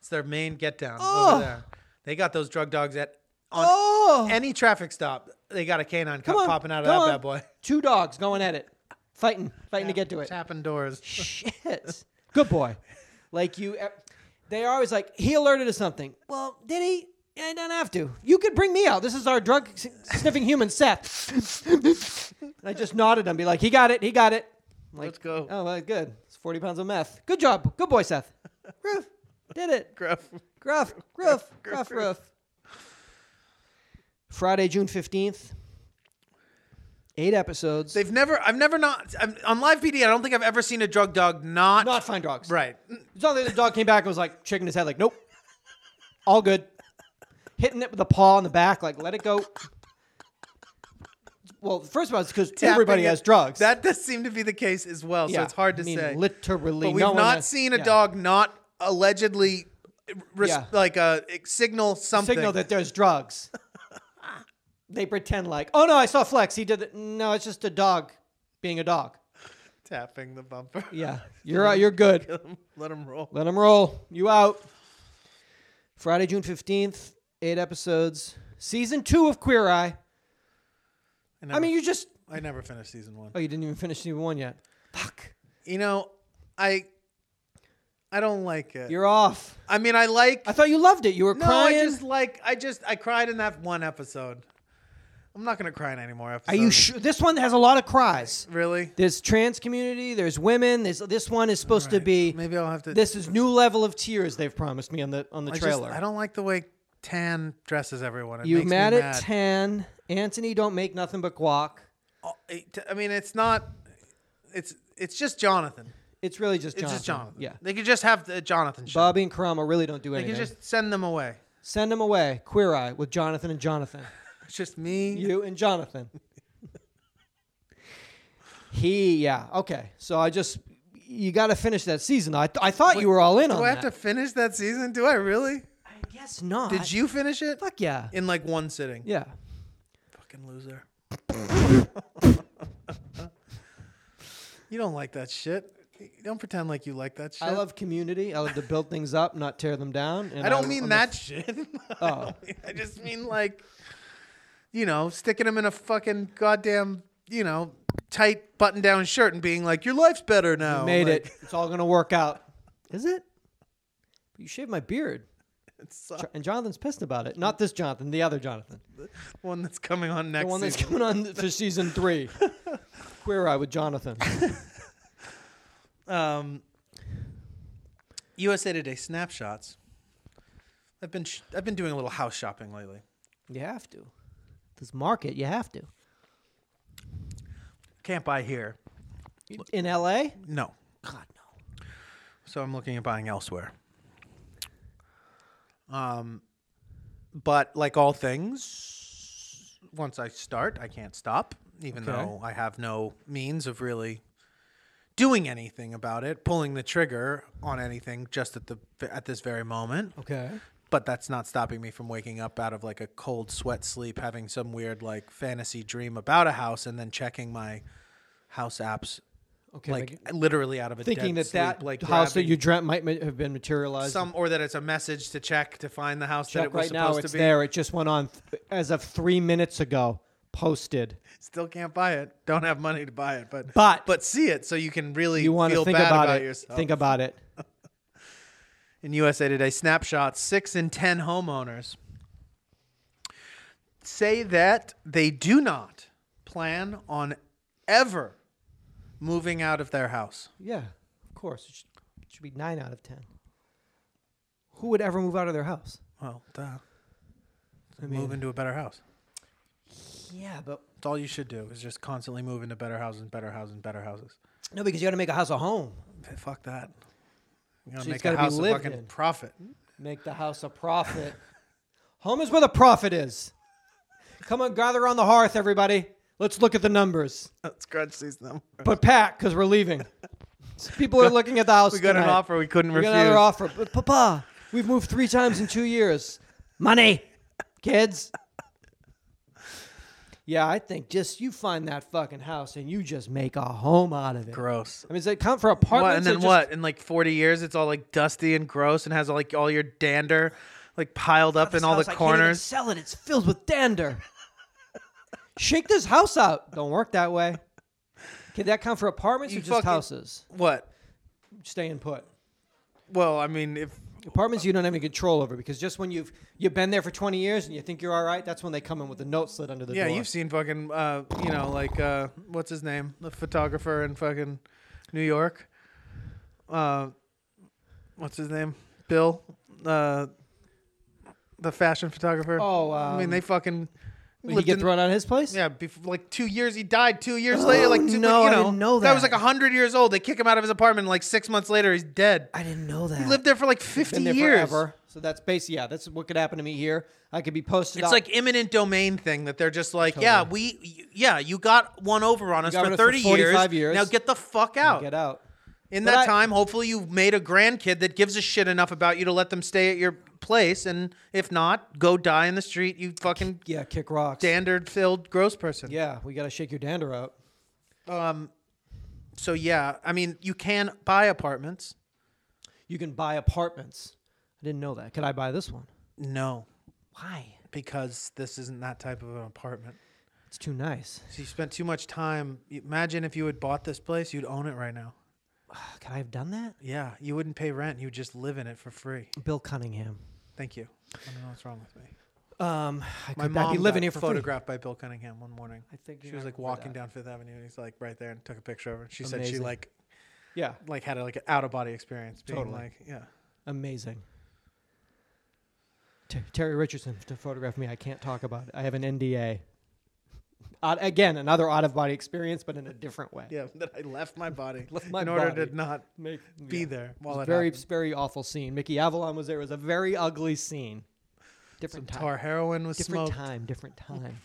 Speaker 1: It's their main get down
Speaker 2: Oh.
Speaker 1: over there. They got those drug dogs at on
Speaker 2: Oh,
Speaker 1: any traffic stop. They got a canine
Speaker 2: come
Speaker 1: cop
Speaker 2: on,
Speaker 1: popping out of
Speaker 2: go
Speaker 1: that
Speaker 2: on.
Speaker 1: bad boy.
Speaker 2: Two dogs going at it, fighting, fighting to get to it.
Speaker 1: Tapping doors.
Speaker 2: Shit. Good boy. Like you, eh, they are always like, he alerted to something. Well, did he? I don't have to. You could bring me out. This is our drug s- sniffing human, Seth. And I just nodded and be like, he got it. He got it. I'm like,
Speaker 1: Let's go.
Speaker 2: Oh, well, good. It's 40 pounds of meth. Good job. Good boy, Seth. Ruff. Did it.
Speaker 1: Gruff.
Speaker 2: Gruff, gruff, gruff, gruff. Friday, June 15th. Eight episodes.
Speaker 1: They've never. I've never not I'm, on live PD. I don't think I've ever seen a drug dog not,
Speaker 2: not find drugs.
Speaker 1: right.
Speaker 2: It's not that the dog came back and was like shaking his head, like, nope, all good. Hitting it with a paw in the back, like, let it go. Well, first of all, it's because everybody
Speaker 1: Tapping it.
Speaker 2: has drugs.
Speaker 1: That does seem to be the case as well. So
Speaker 2: Yeah,
Speaker 1: it's hard to
Speaker 2: I mean,
Speaker 1: say.
Speaker 2: Literally,
Speaker 1: but we've
Speaker 2: no one
Speaker 1: not
Speaker 2: has-
Speaker 1: seen a
Speaker 2: yeah.
Speaker 1: dog not allegedly, res-
Speaker 2: Yeah.
Speaker 1: like a signal something.
Speaker 2: signal that there's drugs. they pretend like, oh no, I saw Flex. He did it. No, it's just a dog being a dog.
Speaker 1: tapping the bumper.
Speaker 2: Yeah, you're uh, you're good.
Speaker 1: (laughs) Let him roll.
Speaker 2: Let them roll. You out. Friday, June 15th, eight episodes. Season two of Queer Eye.
Speaker 1: I,
Speaker 2: I
Speaker 1: never-
Speaker 2: mean, you just.
Speaker 1: I never finished season one.
Speaker 2: Oh, you didn't even finish season one yet. Fuck.
Speaker 1: You know, I I don't like it.
Speaker 2: You're off.
Speaker 1: I mean, I like.
Speaker 2: I thought you loved it. You were
Speaker 1: no,
Speaker 2: crying.
Speaker 1: I just like. I just I cried in that one episode. I'm not gonna cry in any more
Speaker 2: Are
Speaker 1: episodes.
Speaker 2: you sure? This one has a lot of cries.
Speaker 1: Really?
Speaker 2: There's trans community. There's women. There's this one is supposed to
Speaker 1: Right.
Speaker 2: be.
Speaker 1: Maybe I'll have to.
Speaker 2: This is new level of tears they've promised me on the on the
Speaker 1: I, just,
Speaker 2: trailer.
Speaker 1: I don't like the way Tan dresses everyone. It
Speaker 2: you
Speaker 1: makes
Speaker 2: mad
Speaker 1: me
Speaker 2: at Tan? Anthony don't make nothing but guac.
Speaker 1: Oh, it- I mean, it's not. It's it's just Jonathan.
Speaker 2: It's really just
Speaker 1: It's
Speaker 2: Jonathan.
Speaker 1: just Jonathan.
Speaker 2: Yeah.
Speaker 1: They could just have the Jonathan show.
Speaker 2: Bobby and Karama really don't do
Speaker 1: They
Speaker 2: anything.
Speaker 1: could just send them away.
Speaker 2: Send them away. Queer Eye with Jonathan and Jonathan.
Speaker 1: It's just me. (laughs)
Speaker 2: You and Jonathan. (laughs) he, yeah, okay. So I just, you got to finish that season. I, I thought you were all in
Speaker 1: Do
Speaker 2: on
Speaker 1: I have to
Speaker 2: that.
Speaker 1: finish that season? Do I really?
Speaker 2: I guess not.
Speaker 1: Did you finish it?
Speaker 2: Fuck yeah.
Speaker 1: In like one sitting.
Speaker 2: Yeah.
Speaker 1: Fucking loser. (laughs) you don't like that shit. Don't pretend like you like that shit.
Speaker 2: I love community. I love to build things up, not tear them down. and
Speaker 1: I don't
Speaker 2: I'm-
Speaker 1: mean
Speaker 2: I'm a-
Speaker 1: that shit. (laughs)
Speaker 2: Oh.
Speaker 1: I just mean like, you know, sticking them in a fucking goddamn, you know, tight button down shirt and being like, your life's better now.
Speaker 2: (laughs) made
Speaker 1: Like,
Speaker 2: it.
Speaker 1: (laughs)
Speaker 2: It's all going to work out. Is it? You shaved my beard.
Speaker 1: It sucks.
Speaker 2: Jo- And Jonathan's pissed about it. Not this Jonathan, the other Jonathan.
Speaker 1: One that's coming on next
Speaker 2: The one that's
Speaker 1: season.
Speaker 2: coming on for
Speaker 1: (laughs)
Speaker 2: season three. Queer Eye with Jonathan.
Speaker 1: um, USA Today snapshots. I've been sh- I've been doing a little house shopping lately.
Speaker 2: You have to. This market, you have to.
Speaker 1: Can't buy here.
Speaker 2: In LA?
Speaker 1: No.
Speaker 2: God no.
Speaker 1: So I'm looking at buying elsewhere. Um, but like all things, once I start, I can't stop, even
Speaker 2: Okay.
Speaker 1: though I have no means of really doing anything about it, pulling the trigger on anything just at the at this very moment.
Speaker 2: Okay.
Speaker 1: But that's not stopping me from waking up out of like a cold sweat sleep, having some weird like fantasy dream about a house, and then checking my house apps,
Speaker 2: Okay.
Speaker 1: like
Speaker 2: like,
Speaker 1: literally out of a
Speaker 2: thinking
Speaker 1: dead
Speaker 2: that that
Speaker 1: sleep, like
Speaker 2: house that
Speaker 1: grabbing
Speaker 2: you dreamt might ma- have been materialized.
Speaker 1: some or that it's a message to check to find the house that
Speaker 2: Check
Speaker 1: it was
Speaker 2: right
Speaker 1: supposed
Speaker 2: now.
Speaker 1: to
Speaker 2: It's
Speaker 1: be.
Speaker 2: there. It just went on th- as of three minutes ago. Posted.
Speaker 1: Still can't buy it. Don't have money to buy it, but
Speaker 2: But-
Speaker 1: but see it so you can really
Speaker 2: You want
Speaker 1: feel
Speaker 2: to think
Speaker 1: bad
Speaker 2: about,
Speaker 1: about
Speaker 2: it.
Speaker 1: yourself.
Speaker 2: Think
Speaker 1: (laughs)
Speaker 2: about it.
Speaker 1: in USA Today snapshot, six in 10 homeowners say that they do not plan on ever moving out of their house.
Speaker 2: Yeah, of course. It should, it should be nine out of ten. Who would ever move out of their house?
Speaker 1: Well, duh.
Speaker 2: I
Speaker 1: move
Speaker 2: mean-
Speaker 1: into a better house.
Speaker 2: Yeah, but
Speaker 1: That's all you should do is just constantly move into better houses, better houses, better houses.
Speaker 2: no, because you got to make a house a home.
Speaker 1: Hey, Fuck that. You gotta
Speaker 2: So it's
Speaker 1: make a
Speaker 2: gotta be
Speaker 1: house a
Speaker 2: lived
Speaker 1: fucking
Speaker 2: in.
Speaker 1: profit.
Speaker 2: Make the house a profit. (laughs) home is where the profit is. Come on, gather around the hearth, everybody. Let's look at the numbers.
Speaker 1: Let's grudge these numbers.
Speaker 2: But pack, because we're leaving. People are looking at the house.
Speaker 1: We got an
Speaker 2: tonight.
Speaker 1: offer we couldn't
Speaker 2: We got
Speaker 1: refuse.
Speaker 2: another offer. But Papa, we've moved three times in two years. Money, kids. Yeah, I think just you find that fucking house and you just make a home out of it.
Speaker 1: Gross.
Speaker 2: I mean, does it count for
Speaker 1: What,
Speaker 2: apartments?
Speaker 1: and
Speaker 2: or
Speaker 1: then
Speaker 2: just-
Speaker 1: what? In like 40 years, it's all like dusty and gross and has like all your dander like piled up
Speaker 2: This
Speaker 1: in all the
Speaker 2: house, I can't even
Speaker 1: corners.
Speaker 2: sell it. It's filled with dander. Shake this house out. Don't work that way. Can that count for apartments
Speaker 1: You
Speaker 2: or just
Speaker 1: fucking-
Speaker 2: houses?
Speaker 1: What?
Speaker 2: Staying put.
Speaker 1: Well, I mean, if
Speaker 2: Apartments you don't have any control over because just when you've you've been there for twenty years and you think you're all right, that's when they come in with a note slid under the
Speaker 1: yeah,
Speaker 2: door.
Speaker 1: you've seen fucking uh, you know, like uh, what's his name, the photographer in fucking New York. Uh, what's his name? Bill, uh, the fashion photographer.
Speaker 2: Oh,
Speaker 1: I mean,
Speaker 2: um,
Speaker 1: they fucking.
Speaker 2: Did he
Speaker 1: lived
Speaker 2: get
Speaker 1: in-
Speaker 2: thrown out of his place?
Speaker 1: Yeah, bef- like two years. He died two years later. Like two,
Speaker 2: Oh, no,
Speaker 1: like, you
Speaker 2: I
Speaker 1: know,
Speaker 2: didn't know
Speaker 1: That was
Speaker 2: that.
Speaker 1: like hundred years old. They kick him out of his apartment. Like six months later, he's dead.
Speaker 2: I didn't know that.
Speaker 1: He lived there for like fifty
Speaker 2: Been there
Speaker 1: years.
Speaker 2: forever. So that's basically yeah. That's what could happen to me here. I could be posted.
Speaker 1: It's
Speaker 2: up.
Speaker 1: like imminent domain thing that they're just like, yeah, we, y- yeah, you got one over on us
Speaker 2: got
Speaker 1: for
Speaker 2: rid of us for
Speaker 1: thirty
Speaker 2: 45 years.
Speaker 1: Now get the fuck out.
Speaker 2: get out.
Speaker 1: In
Speaker 2: But
Speaker 1: that
Speaker 2: I-
Speaker 1: time, hopefully, you've made a grandkid that gives a shit enough about you to let them stay at your place, and if not, go die in the street. You fucking
Speaker 2: Yeah, kick rocks.
Speaker 1: standard-filled gross person.
Speaker 2: Yeah, we gotta shake your dander out.
Speaker 1: So yeah, I mean, you can buy apartments.
Speaker 2: You can buy apartments. I didn't know that. Could I buy this one?
Speaker 1: No,
Speaker 2: Why?
Speaker 1: because this isn't that type of an apartment.
Speaker 2: It's too nice.
Speaker 1: So you spent too much time. Imagine if you had bought this place, you'd own it right now.
Speaker 2: Ah, (sighs) Could I have done that?
Speaker 1: Yeah, you wouldn't pay rent. You would just live in it for free.
Speaker 2: Bill Cunningham.
Speaker 1: Thank you. I don't know what's wrong with me.
Speaker 2: Um, I
Speaker 1: My
Speaker 2: could
Speaker 1: mom
Speaker 2: I'd be living
Speaker 1: got
Speaker 2: here for free.
Speaker 1: photographed by Bill Cunningham one morning.
Speaker 2: I think
Speaker 1: She was like walking down Fifth Avenue, and he's like right there, and took a picture of her. She said she
Speaker 2: Amazing.
Speaker 1: like
Speaker 2: Yeah,
Speaker 1: like had a, like an out of body experience, being
Speaker 2: Totally.
Speaker 1: like, yeah,
Speaker 2: amazing. Ter- Terry Richardson to photograph me. I can't talk about it. I have an (laughs) NDA. Out, again, another out of body experience, but in a different way.
Speaker 1: yeah. (laughs) That I left my body
Speaker 2: (laughs) Left my
Speaker 1: in order
Speaker 2: body.
Speaker 1: to not
Speaker 2: Make,
Speaker 1: be
Speaker 2: yeah.
Speaker 1: there
Speaker 2: It was
Speaker 1: while it
Speaker 2: very,
Speaker 1: happened.
Speaker 2: very awful scene. Mickey Avalon was there. It was a very ugly scene.
Speaker 1: Some
Speaker 2: Different time.
Speaker 1: tar heroin was
Speaker 2: different
Speaker 1: smoked.
Speaker 2: time. Different time.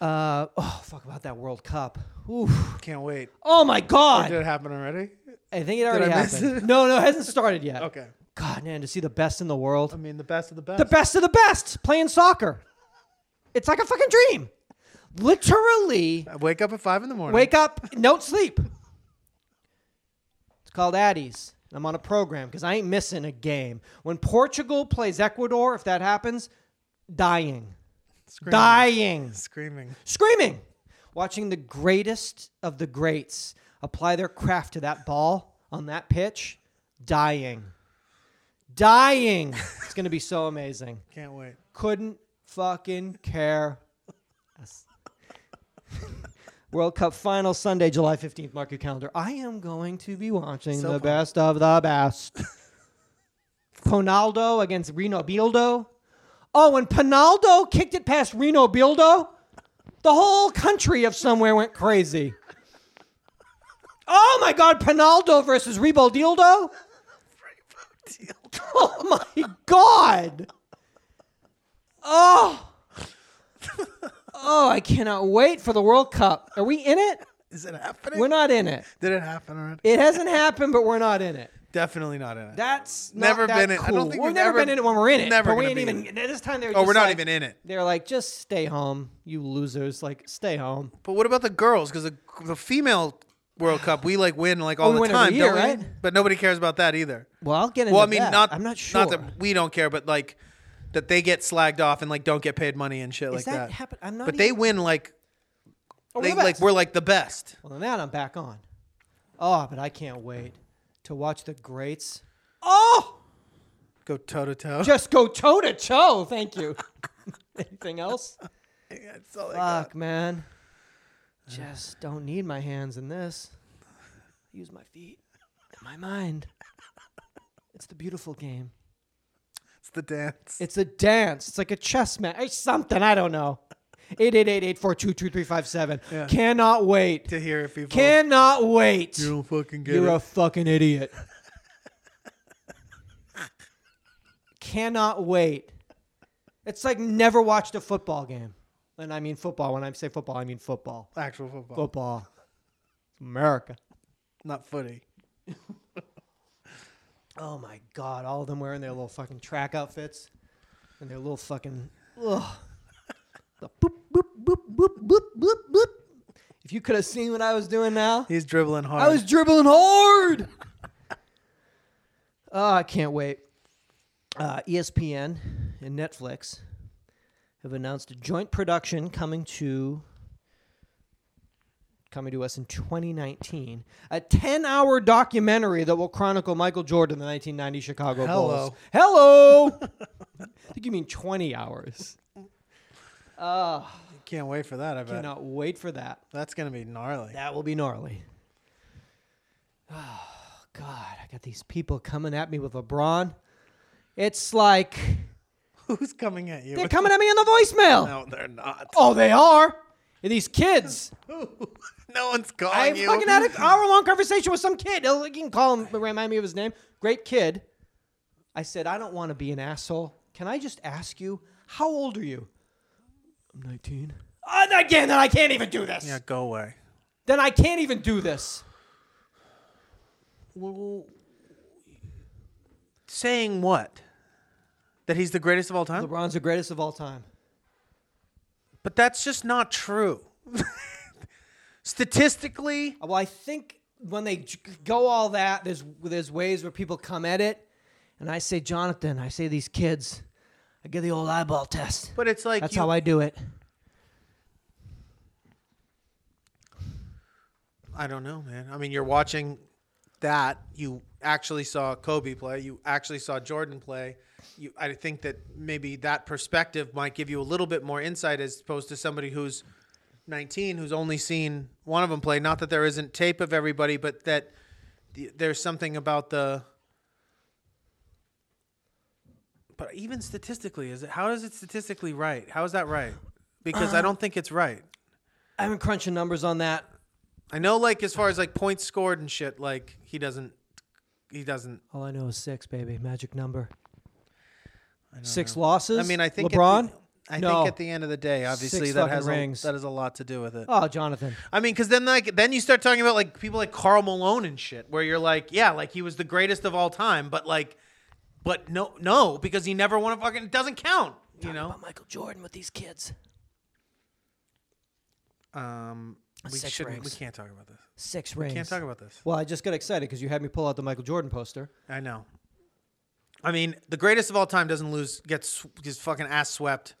Speaker 2: Uh, oh, fuck about that World Cup. Oof.
Speaker 1: Can't wait.
Speaker 2: Oh my
Speaker 1: Did
Speaker 2: God!
Speaker 1: it happen already?
Speaker 2: I think it already
Speaker 1: I miss Oh.
Speaker 2: happened. No, no, it hasn't
Speaker 1: (laughs)
Speaker 2: started yet.
Speaker 1: Okay.
Speaker 2: God, man, to see the best in the world.
Speaker 1: I mean, the best of the best.
Speaker 2: the best of the best playing soccer. It's like a fucking dream. Literally,
Speaker 1: I wake up at five in the morning.
Speaker 2: wake up, don't sleep. It's called Addies. I'm on a program because I ain't missing a game. When Portugal plays Ecuador, if that happens, dying,
Speaker 1: screaming,
Speaker 2: dying,
Speaker 1: screaming.
Speaker 2: screaming, watching the greatest of the greats apply their craft to that ball on that pitch, dying, dying. it's gonna be so amazing
Speaker 1: Can't wait.
Speaker 2: couldn't fucking care. (laughs) World Cup final Sunday, July 15th. Mark your calendar. I am going to be watching
Speaker 1: So
Speaker 2: the
Speaker 1: pumped.
Speaker 2: best of the best. (laughs) Ronaldo against Reno Bildo. Oh, when Pinaldo kicked it past Reno Bildo, the whole country of somewhere went crazy. Oh my God, Pinaldo versus Rebo Dildo. Oh my God. Oh. Oh, I cannot wait for the World Cup. Are we in it?
Speaker 1: Is it happening?
Speaker 2: We're not in it.
Speaker 1: Did it happen already?
Speaker 2: It hasn't happened, but we're not in it.
Speaker 1: Definitely not in it.
Speaker 2: That's not
Speaker 1: Never
Speaker 2: that
Speaker 1: been in- I
Speaker 2: Cool.
Speaker 1: don't think
Speaker 2: we've
Speaker 1: we've
Speaker 2: never
Speaker 1: ever-
Speaker 2: been in it when we're in it.
Speaker 1: never
Speaker 2: but we
Speaker 1: gonna
Speaker 2: ain't
Speaker 1: be in
Speaker 2: even. This time they're.
Speaker 1: oh, we're
Speaker 2: just
Speaker 1: not
Speaker 2: like-
Speaker 1: even in it.
Speaker 2: They're like, just stay home, you losers. Like, stay home.
Speaker 1: But what about the girls? Because the, the female World Cup, we like win like all
Speaker 2: we
Speaker 1: the
Speaker 2: win every
Speaker 1: time,
Speaker 2: year,
Speaker 1: don't we?
Speaker 2: right?
Speaker 1: But nobody cares about that either.
Speaker 2: Well, I'll get into
Speaker 1: Well, I mean,
Speaker 2: that.
Speaker 1: not
Speaker 2: I'm not sure.
Speaker 1: Not that we don't care, but like that they get slagged off and like don't get paid money and shit like
Speaker 2: that E
Speaker 1: that.
Speaker 2: happen- I'm not
Speaker 1: but they
Speaker 2: even-
Speaker 1: win like
Speaker 2: Oh,
Speaker 1: they
Speaker 2: the
Speaker 1: like
Speaker 2: best.
Speaker 1: we're like the best.
Speaker 2: Well, then that I'm back on. Oh, but I can't wait to watch the greats. Oh,
Speaker 1: Go toe to toe.
Speaker 2: just go toe to toe. Thank you. (laughs) Anything else?
Speaker 1: (laughs) It's all like
Speaker 2: Fuck, man. Just (sighs) don't need my hands in this. Use my feet and my mind. It's the beautiful game.
Speaker 1: it's the dance.
Speaker 2: It's a dance. It's like a chess match. It's something. I don't know. 888-842-2357. Cannot wait.
Speaker 1: to hear people.
Speaker 2: Cannot wait.
Speaker 1: you don't fucking get
Speaker 2: You're
Speaker 1: it.
Speaker 2: a fucking idiot. Cannot wait. It's like never watched a football game. And I mean football. When I say football, I mean football.
Speaker 1: Actual football,
Speaker 2: Football. It's America.
Speaker 1: not footy.
Speaker 2: Oh my God. All of them wearing their little fucking track outfits and their little fucking. Ugh. The boop, boop, boop, boop, boop, boop, boop. If you could have seen what I was doing now.
Speaker 1: He's dribbling hard.
Speaker 2: I was dribbling (laughs) hard. oh, I can't wait. Uh, ESPN and Netflix have announced a joint production coming to coming to us in 2019, a 10-hour documentary that will chronicle Michael Jordan, the 1990 Chicago Bulls. Hello. (laughs) I think you mean 20 (laughs) hours.
Speaker 1: Can't wait for that. I bet
Speaker 2: Cannot wait for that.
Speaker 1: that's gonna be gnarly.
Speaker 2: That will be gnarly. (sighs) Oh God, I got these people coming at me with LeBron. It's like
Speaker 1: (laughs) Who's coming at you?
Speaker 2: they're coming at me on the voicemail.
Speaker 1: no, they're not.
Speaker 2: Oh, they are. And these kids.
Speaker 1: no one's calling
Speaker 2: I
Speaker 1: you.
Speaker 2: fucking had an hour-long conversation with some kid. He'll- You can call him, but remind me of his name. Great kid. I said, I don't want to be an asshole. Can I just ask you, how old are you? I'm 19. Uh, again, then I can't even do this.
Speaker 1: yeah, go away.
Speaker 2: Then I can't even do this.
Speaker 1: Well, saying what? That he's the greatest of all time?
Speaker 2: LeBron's the greatest of all time.
Speaker 1: But that's just not true. (laughs) Statistically,
Speaker 2: Well, I think when they j- go all that, there's there's ways where people come at it, and I say, Jonathan, I say these kids, I get the old eyeball test.
Speaker 1: but it's like
Speaker 2: That's
Speaker 1: you,
Speaker 2: how I do it.
Speaker 1: I don't know, man. I mean, you're watching that. You actually saw Kobe play. You actually saw Jordan play. You, I think that maybe that perspective might give you a little bit more insight as opposed to somebody who's 19 who's only seen one of them play. Not that there isn't tape of everybody, but that the, there's something about the. But even statistically, is it how is it statistically right? How is that right? Because I don't think it's right.
Speaker 2: I haven't crunching numbers on that.
Speaker 1: I know, like as far as like points scored and shit, like he doesn't, he doesn't.
Speaker 2: All I know is six, baby, magic number. Six losses.
Speaker 1: I mean, I think at the-
Speaker 2: LeBron.
Speaker 1: I
Speaker 2: no.
Speaker 1: think at the end of the day, obviously
Speaker 2: Six
Speaker 1: that
Speaker 2: fucking
Speaker 1: has a,
Speaker 2: rings.
Speaker 1: that has a lot to do with it.
Speaker 2: oh, Jonathan.
Speaker 1: I mean, because then like then you start talking about like people like Carl Malone and shit, where you're like, yeah, like he was the greatest of all time, but like, but no, no, because he never won a fucking. It doesn't count, you know.
Speaker 2: About Michael Jordan with these kids.
Speaker 1: Um, we
Speaker 2: Six
Speaker 1: shouldn't.
Speaker 2: rings.
Speaker 1: We can't talk about this.
Speaker 2: Six rings.
Speaker 1: Can't talk about this.
Speaker 2: well, I just got excited because you had me pull out the Michael Jordan poster.
Speaker 1: I know. I mean, the greatest of all time doesn't lose, gets his fucking ass swept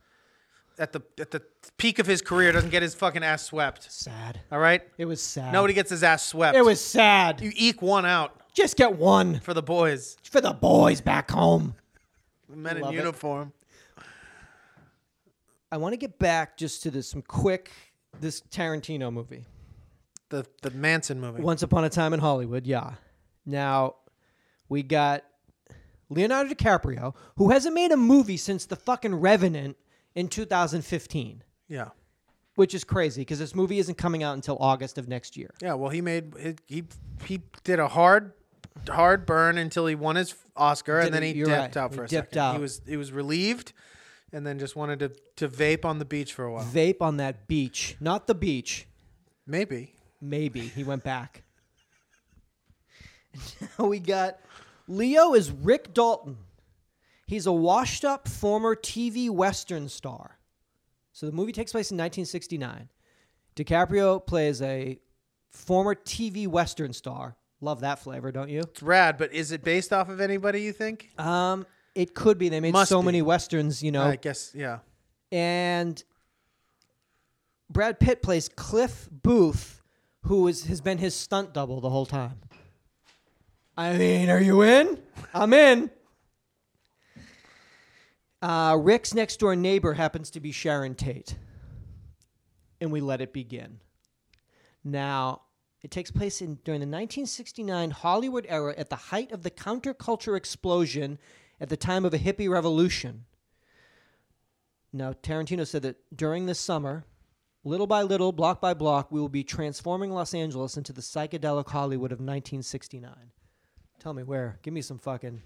Speaker 1: at the at the peak of his career. Doesn't get his fucking ass swept.
Speaker 2: Sad.
Speaker 1: All right,
Speaker 2: It was sad.
Speaker 1: nobody gets his ass swept.
Speaker 2: It was sad.
Speaker 1: you eke one out
Speaker 2: Just get one
Speaker 1: for the boys,
Speaker 2: for the boys back home.
Speaker 1: the men
Speaker 2: Love
Speaker 1: in
Speaker 2: it.
Speaker 1: uniform.
Speaker 2: I want to get back just to this some quick this Tarantino movie.
Speaker 1: The the Manson movie.
Speaker 2: Once upon a time in Hollywood, yeah. Now we got Leonardo DiCaprio, who hasn't made a movie since The fucking Revenant in 2015,
Speaker 1: Yeah,
Speaker 2: which is crazy because this movie isn't coming out until August of next year.
Speaker 1: yeah. Well, he made he he, he did a hard hard burn until he won his Oscar,
Speaker 2: Did
Speaker 1: and then
Speaker 2: it-
Speaker 1: he
Speaker 2: you're
Speaker 1: dipped
Speaker 2: right.
Speaker 1: out
Speaker 2: He
Speaker 1: for a
Speaker 2: dipped
Speaker 1: second.
Speaker 2: out.
Speaker 1: He was he was relieved, and then just wanted to to vape on the beach for a while.
Speaker 2: Vape on that beach, not the beach.
Speaker 1: Maybe
Speaker 2: Maybe he went back. (laughs) now we got Leo is Rick Dalton. He's a washed up former TV Western star. So the movie takes place in 1969. DiCaprio plays a former TV Western star. Love that flavor, don't you?
Speaker 1: It's rad, but is it based off of anybody you think?
Speaker 2: Um, it could be. They made
Speaker 1: Must
Speaker 2: so
Speaker 1: be.
Speaker 2: many Westerns, you know.
Speaker 1: I guess, yeah.
Speaker 2: and Brad Pitt plays Cliff Booth, who is, has been his stunt double the whole time. I mean, are you in? I'm in. Uh, Rick's next door neighbor happens to be Sharon Tate. And we let it begin. Now, it takes place in during the 1969 Hollywood era at the height of the counterculture explosion at the time of a hippie revolution. Now, Tarantino said that during this summer, little by little, block by block, we will be transforming Los Angeles into the psychedelic Hollywood of 1969. Tell me where. Give me some fucking.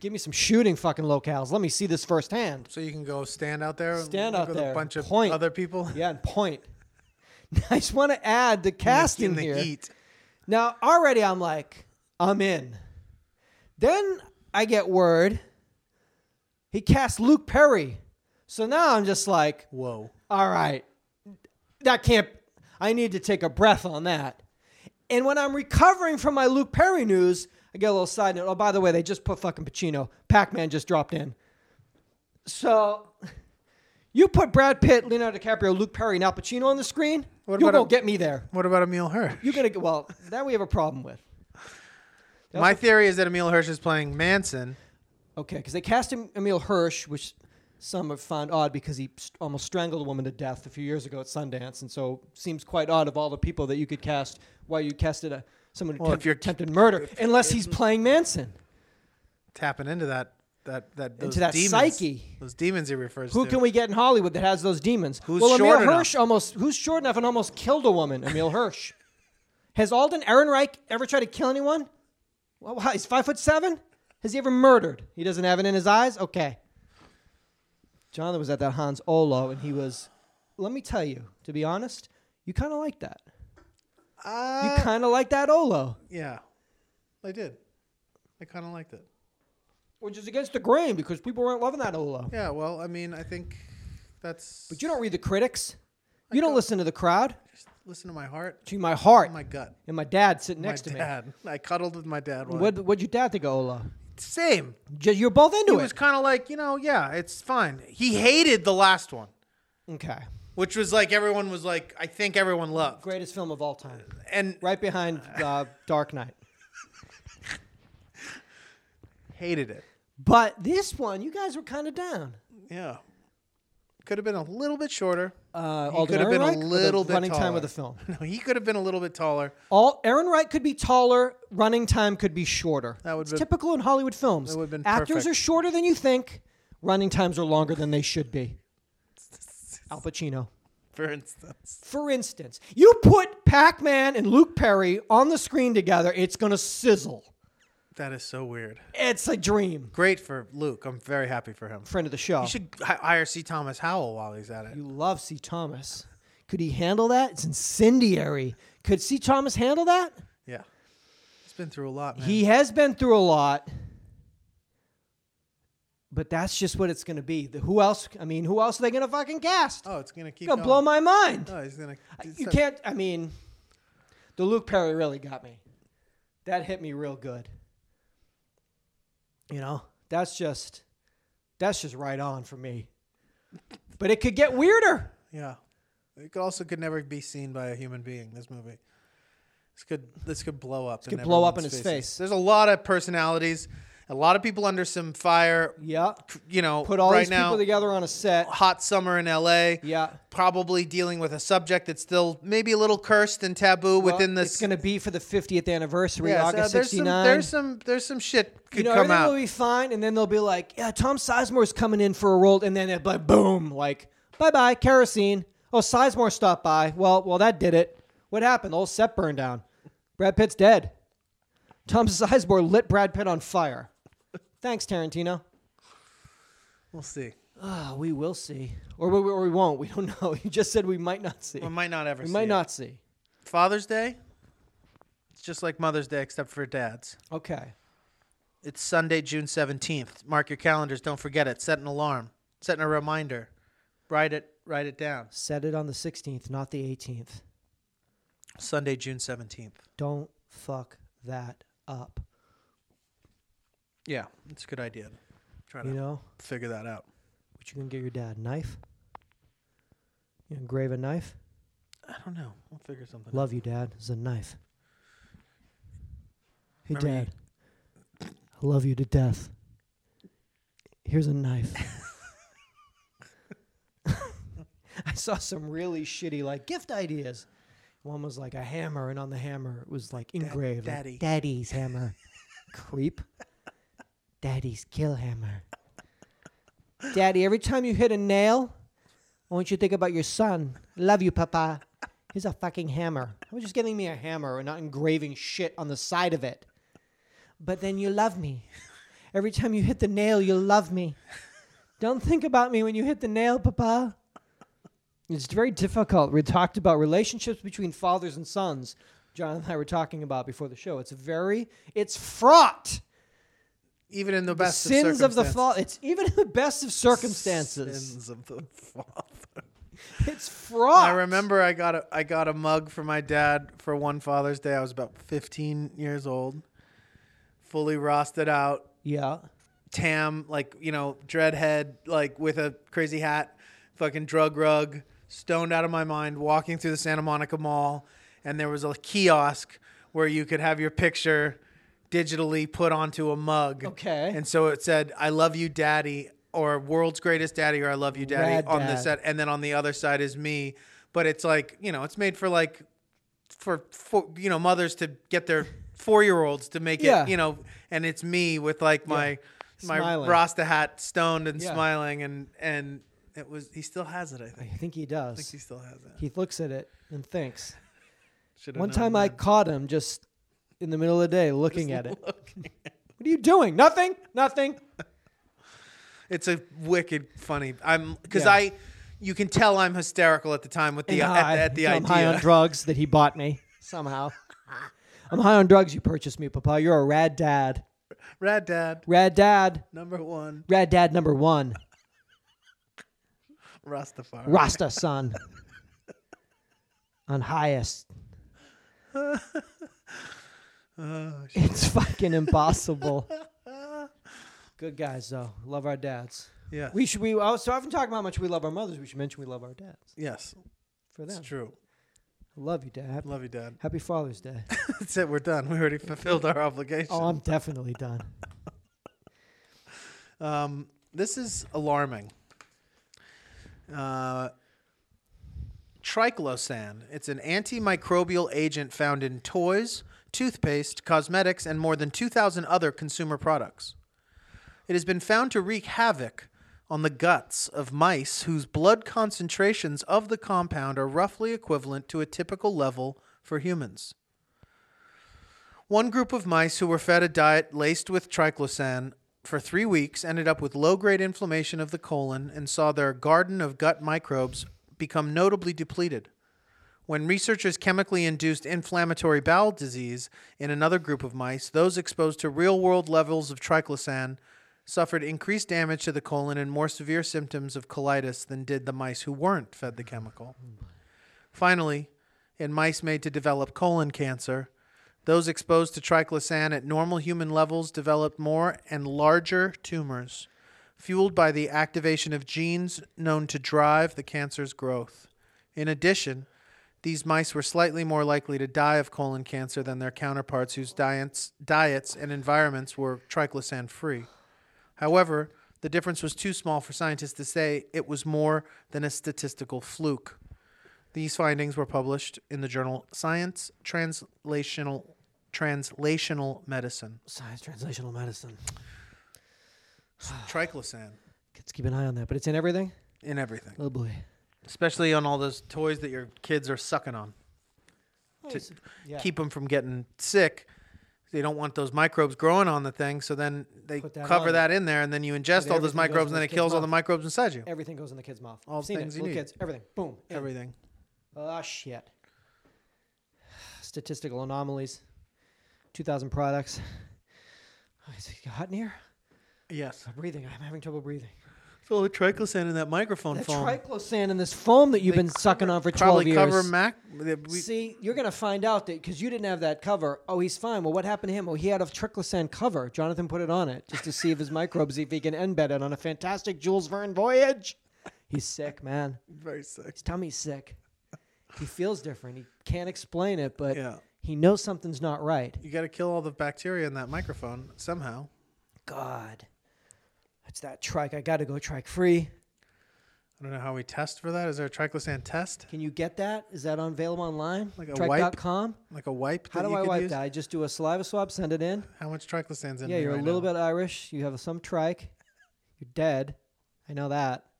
Speaker 2: Give me some shooting fucking locales. Let me see this firsthand.
Speaker 1: So you can go stand out there, and
Speaker 2: Stand
Speaker 1: look
Speaker 2: out
Speaker 1: with
Speaker 2: there,
Speaker 1: a bunch of
Speaker 2: point.
Speaker 1: other (laughs) people
Speaker 2: Yeah, and point. (laughs) I just want to add the casting
Speaker 1: in the
Speaker 2: here.
Speaker 1: heat.
Speaker 2: Now, already I'm like, I'm in. Then I get word he cast Luke Perry. So now I'm just like,
Speaker 1: Whoa!
Speaker 2: all right, that can't, I need to take a breath on that. And when I'm recovering from my Luke Perry news, I get a little side note. Oh, by the way, they just put fucking Pacino. Pac Man just dropped in. So you put Brad Pitt, Leonardo DiCaprio, Luke Perry, and Al Pacino on the screen,
Speaker 1: What
Speaker 2: you
Speaker 1: about
Speaker 2: won't
Speaker 1: a-
Speaker 2: get me there.
Speaker 1: What about Emil Hirsch?
Speaker 2: You're going to, well, that we have a problem with.
Speaker 1: My theory is that Emil Hirsch is playing Manson.
Speaker 2: Okay, because they cast him Emil Hirsch, which some have found odd because he st- almost strangled a woman to death a few years ago at Sundance, and so seems quite odd of all the people that you could cast. Why you casted a someone who
Speaker 1: Well, if
Speaker 2: temp-
Speaker 1: you're-
Speaker 2: attempted murder, unless he's playing Manson,
Speaker 1: Tapping into that that that those
Speaker 2: Into that
Speaker 1: demons,
Speaker 2: psyche.
Speaker 1: Those demons he refers
Speaker 2: who
Speaker 1: to.
Speaker 2: can we get in Hollywood that has those demons?
Speaker 1: Who's
Speaker 2: well,
Speaker 1: short
Speaker 2: Emil
Speaker 1: enough?
Speaker 2: Hirsch almost who's short enough and almost killed a woman. Emil Hirsch has Alden Ehrenreich ever tried to kill anyone? Well, why- he's five foot seven. Has he ever murdered? He doesn't have it in his eyes. Okay. Jonathan was at that Hans Olo, and he was. Let me tell you, to be honest, you kind of like that. You
Speaker 1: Uh,
Speaker 2: kind of like that Olo,
Speaker 1: yeah, I did. I kind of liked it.
Speaker 2: which is against the grain because people weren't loving that Olo.
Speaker 1: Yeah. Well, I mean, I think that's.
Speaker 2: But you don't read the critics. You don't listen to the crowd.
Speaker 1: just listen to my heart,
Speaker 2: To my heart
Speaker 1: uh, my gut,
Speaker 2: and my dad sitting next
Speaker 1: my
Speaker 2: to me.
Speaker 1: dad. (laughs) I cuddled with my dad. Once.
Speaker 2: What what'd your dad think of Ola?
Speaker 1: Same.
Speaker 2: J- You're both into
Speaker 1: He
Speaker 2: it.
Speaker 1: was kind of like, you know, yeah, it's fine. He hated the last one,
Speaker 2: okay.
Speaker 1: which was like everyone was like, I think everyone loved.
Speaker 2: Greatest film of all time,
Speaker 1: And
Speaker 2: right behind uh, Dark Knight.
Speaker 1: hated it.
Speaker 2: But this one, you guys were kind of down.
Speaker 1: Yeah. Could have been a little bit shorter.
Speaker 2: Uh,
Speaker 1: He
Speaker 2: Alden
Speaker 1: could have been a
Speaker 2: Ehrenreich with the
Speaker 1: little bit
Speaker 2: running time
Speaker 1: taller.
Speaker 2: of the film.
Speaker 1: (laughs) No, he could have been a little bit taller.
Speaker 2: All Aaron Wright could be taller, running time could be shorter.
Speaker 1: That would've
Speaker 2: it's
Speaker 1: been-
Speaker 2: typical in Hollywood films.
Speaker 1: would've been
Speaker 2: Actors
Speaker 1: perfect.
Speaker 2: are shorter than you think. Running times are longer than they should be. Al Pacino.
Speaker 1: For instance,
Speaker 2: For instance, you put Pac-Man and Luke Perry on the screen together, it's gonna sizzle.
Speaker 1: that is so weird.
Speaker 2: It's a dream.
Speaker 1: Great for Luke. I'm very happy for him.
Speaker 2: Friend of the show.
Speaker 1: You should hi- hire C. Thomas Howell while he's at it.
Speaker 2: You love C. Thomas. Could he handle that? It's incendiary. Could C. Thomas handle that?
Speaker 1: Yeah, he's been through a lot, man.
Speaker 2: He has been through a lot, but that's just what it's going to be. The- who else? I mean, who else are they going to fucking cast?
Speaker 1: oh, it's gonna keep
Speaker 2: It's
Speaker 1: going.
Speaker 2: going to blow my mind.
Speaker 1: Oh, he's gonna.
Speaker 2: you can't. I mean, the Luke Perry really got me. That hit me real good. You know, that's just that's just right on for me. But it could get weirder.
Speaker 1: Yeah, it could also could never be seen by a human being. This movie. This could this could blow up. This
Speaker 2: could blow up in his face.
Speaker 1: There's a lot of personalities, a lot of people under some fire.
Speaker 2: Yeah.
Speaker 1: You know,
Speaker 2: Put all
Speaker 1: right
Speaker 2: these
Speaker 1: now,
Speaker 2: people together on a set.
Speaker 1: hot summer in L.A.
Speaker 2: Yeah.
Speaker 1: probably dealing with a subject that's still maybe a little cursed and taboo within
Speaker 2: It's
Speaker 1: this.
Speaker 2: going to be for the 50th anniversary,
Speaker 1: Yeah, so
Speaker 2: August
Speaker 1: there's some
Speaker 2: 69.
Speaker 1: there's some there's some shit could
Speaker 2: you know,
Speaker 1: come
Speaker 2: everything
Speaker 1: out.
Speaker 2: will be fine, and then they'll be like, "Yeah, Tom Sizemore's coming in for a role," and then it like, boom, like, "Bye bye, kerosene." Oh, Sizemore stopped by. Well, well, that did it. What happened? The whole set burned down. Brad Pitt's dead. Tom Sizemore lit Brad Pitt on fire. Thanks, Tarantino.
Speaker 1: we'll see.
Speaker 2: Ah, we will (laughs) see, or we, or we won't. We don't know. You just said we might not see.
Speaker 1: We might not ever.
Speaker 2: We
Speaker 1: see
Speaker 2: might
Speaker 1: it.
Speaker 2: not see.
Speaker 1: Father's Day. It's just like Mother's Day, except for dads.
Speaker 2: Okay.
Speaker 1: It's Sunday, June seventeenth. Mark your calendars. Don't forget it. Set an alarm. Set a reminder. Write it. Write it down.
Speaker 2: Set it on the 16th, not the 18th.
Speaker 1: Sunday, June seventeenth.
Speaker 2: Don't fuck that up.
Speaker 1: Yeah, it's a good idea. Try to
Speaker 2: You know
Speaker 1: figure that out.
Speaker 2: what you gonna get your dad? Knife? You gonna grave a knife?
Speaker 1: I don't know. We'll figure something. out.
Speaker 2: Love you, Dad. It's a knife. Hey,
Speaker 1: Remember you-
Speaker 2: Dad. I love you to death. Here's a knife. (laughs) I saw some really shitty like gift ideas. One was like a hammer, and on the hammer it was like engraved like,
Speaker 1: Daddy.
Speaker 2: "Daddy's hammer." (laughs) Creep. Daddy's kill hammer. Daddy, every time you hit a nail, I want you to think about your son. Love you, Papa. Here's a fucking hammer. I was just giving me a hammer and not engraving shit on the side of it. But then you love me. Every time you hit the nail, you love me. Don't think about me when you hit the nail, Papa. It's very difficult. We talked about relationships between fathers and sons. John and I were talking about before the show. It's very, it's fraught.
Speaker 1: Even in the
Speaker 2: The
Speaker 1: best
Speaker 2: sins of the
Speaker 1: circumstances.
Speaker 2: father. It's even in the best of circumstances.
Speaker 1: Sins of the father.
Speaker 2: It's fraught.
Speaker 1: I remember I got a I got a mug for my dad for one Father's Day. I was about 15 years old, fully rosted out,
Speaker 2: Yeah.
Speaker 1: tam like you know dreadhead like with a crazy hat, fucking drug rug, stoned out of my mind, walking through the Santa Monica Mall, and there was a kiosk where you could have your picture digitally put onto a mug.
Speaker 2: Okay.
Speaker 1: And so it said, "I love you, Daddy," or "World's Greatest Daddy," or "I love you, Daddy."
Speaker 2: Rad
Speaker 1: on
Speaker 2: dad.
Speaker 1: the set, and then on the other side is me. But it's like you know, it's made for like for, for you know mothers to get their four year olds to make
Speaker 2: Yeah.
Speaker 1: it you know, and it's me with like my my
Speaker 2: Smiling.
Speaker 1: Rasta hat, stoned and
Speaker 2: Yeah.
Speaker 1: smiling, and and it was he still has it. I think,
Speaker 2: I think he
Speaker 1: I think
Speaker 2: does.
Speaker 1: he still has it.
Speaker 2: He looks at it and thinks.
Speaker 1: Should've
Speaker 2: One
Speaker 1: known
Speaker 2: time I
Speaker 1: then.
Speaker 2: caught him just in the middle of the day
Speaker 1: (laughs)
Speaker 2: looking at it. What are you doing? Nothing. Nothing.
Speaker 1: It's a wicked funny. I'm because
Speaker 2: Yeah.
Speaker 1: I. You can tell I'm hysterical at the time with the
Speaker 2: And
Speaker 1: at
Speaker 2: high.
Speaker 1: the, at the
Speaker 2: I'm
Speaker 1: idea.
Speaker 2: high on drugs that he bought me
Speaker 1: (laughs)
Speaker 2: somehow. I'm high on drugs you purchased me, Papa. You're a rad dad.
Speaker 1: Rad Dad
Speaker 2: Rad dad.
Speaker 1: number one.
Speaker 2: Rad dad number one.
Speaker 1: Rastafari.
Speaker 2: Rasta son.
Speaker 1: (laughs)
Speaker 2: on highest.
Speaker 1: Oh, sh-
Speaker 2: It's fucking impossible. Good guys though. Love our dads.
Speaker 1: yes.
Speaker 2: We should. We I was so often talking about how much we love our mothers. We should mention we love our dads
Speaker 1: yes,
Speaker 2: for
Speaker 1: it's
Speaker 2: them.
Speaker 1: true.
Speaker 2: I love you, Dad. Happy,
Speaker 1: Love you, Dad. (laughs)
Speaker 2: happy Father's Day.
Speaker 1: That's it. We're done. We already fulfilled our obligation.
Speaker 2: oh, I'm definitely done.
Speaker 1: Um, this is alarming. Uh, triclosan. It's an antimicrobial agent found in toys, toothpaste, cosmetics, and more than 2,000 other consumer products. It has been found to wreak havoc on the guts of mice whose blood concentrations of the compound are roughly equivalent to a typical level for humans. One group of mice who were fed a diet laced with triclosan for three weeks ended up with low grade inflammation of the colon and saw their garden of gut microbes become notably depleted. When researchers chemically induced inflammatory bowel disease in another group of mice, those exposed to real world levels of triclosan suffered increased damage to the colon and more severe symptoms of colitis than did the mice who weren't fed the chemical. Finally, in mice made to develop colon cancer, those exposed to triclosan at normal human levels developed more and larger tumors, fueled by the activation of genes known to drive the cancer's growth. In addition, these mice were slightly more likely to die of colon cancer than their counterparts whose diets, diets and environments were triclosan free. However, the difference was too small for scientists to say it was more than a statistical fluke. These findings were published in the journal Science Translational Translational Medicine.
Speaker 2: Science translational (sighs) medicine.
Speaker 1: Triclosan
Speaker 2: Let's keep an eye on that. But it's in everything.
Speaker 1: in everything,
Speaker 2: Oh boy.
Speaker 1: especially on all those toys that your kids are sucking on. To
Speaker 2: Nice. Oh, Yeah.
Speaker 1: keep them from getting sick, they don't want those microbes growing on the thing. So then they
Speaker 2: Put that
Speaker 1: cover
Speaker 2: on.
Speaker 1: that in there, and then you ingest
Speaker 2: then
Speaker 1: all those
Speaker 2: everything goes
Speaker 1: microbes,
Speaker 2: in
Speaker 1: and then
Speaker 2: the
Speaker 1: it
Speaker 2: kid's
Speaker 1: kills all
Speaker 2: mouth.
Speaker 1: the microbes inside you.
Speaker 2: Everything goes in the kid's mouth.
Speaker 1: All
Speaker 2: Seen
Speaker 1: things
Speaker 2: it.
Speaker 1: you
Speaker 2: Little
Speaker 1: need.
Speaker 2: kids. Everything. Boom. in.
Speaker 1: Everything.
Speaker 2: Ah shit. ah, (sighs) statistical anomalies, 2,000 products. (sighs) Oh, is it hot in here?
Speaker 1: Yes.
Speaker 2: I'm breathing. I'm having trouble breathing.
Speaker 1: It's all the triclosan in that microphone
Speaker 2: That
Speaker 1: foam.
Speaker 2: triclosan and this foam that you've
Speaker 1: They
Speaker 2: been sucking on for 12
Speaker 1: Probably
Speaker 2: years.
Speaker 1: cover Mac. the- we-
Speaker 2: See, you're going to find out that because you didn't have that cover. Oh, he's fine. Well, what happened to him? Oh, he had a triclosan cover. Jonathan put it on it just to see if his microbes, if he can embed it on a fantastic Jules Verne voyage. He's sick, man.
Speaker 1: Very sick.
Speaker 2: His tummy's sick. He feels different. He can't explain it, but
Speaker 1: Yeah.
Speaker 2: he knows something's not right.
Speaker 1: You got to kill all the bacteria in that microphone somehow.
Speaker 2: God. It's that trike. I got to go trike free.
Speaker 1: I don't know how we test for that. Is there a triclosan test?
Speaker 2: Can you get that? Is that available online?
Speaker 1: Like a wipe?
Speaker 2: Trike.com?
Speaker 1: Like a wipe?
Speaker 2: How
Speaker 1: that
Speaker 2: do
Speaker 1: you
Speaker 2: I
Speaker 1: could
Speaker 2: wipe
Speaker 1: use?
Speaker 2: that? I just do a saliva swab, send it in.
Speaker 1: How much triclosan's in
Speaker 2: Yeah,
Speaker 1: me
Speaker 2: you're a
Speaker 1: right
Speaker 2: little
Speaker 1: now?
Speaker 2: bit Irish. You have some trike. You're dead. I know that. (laughs)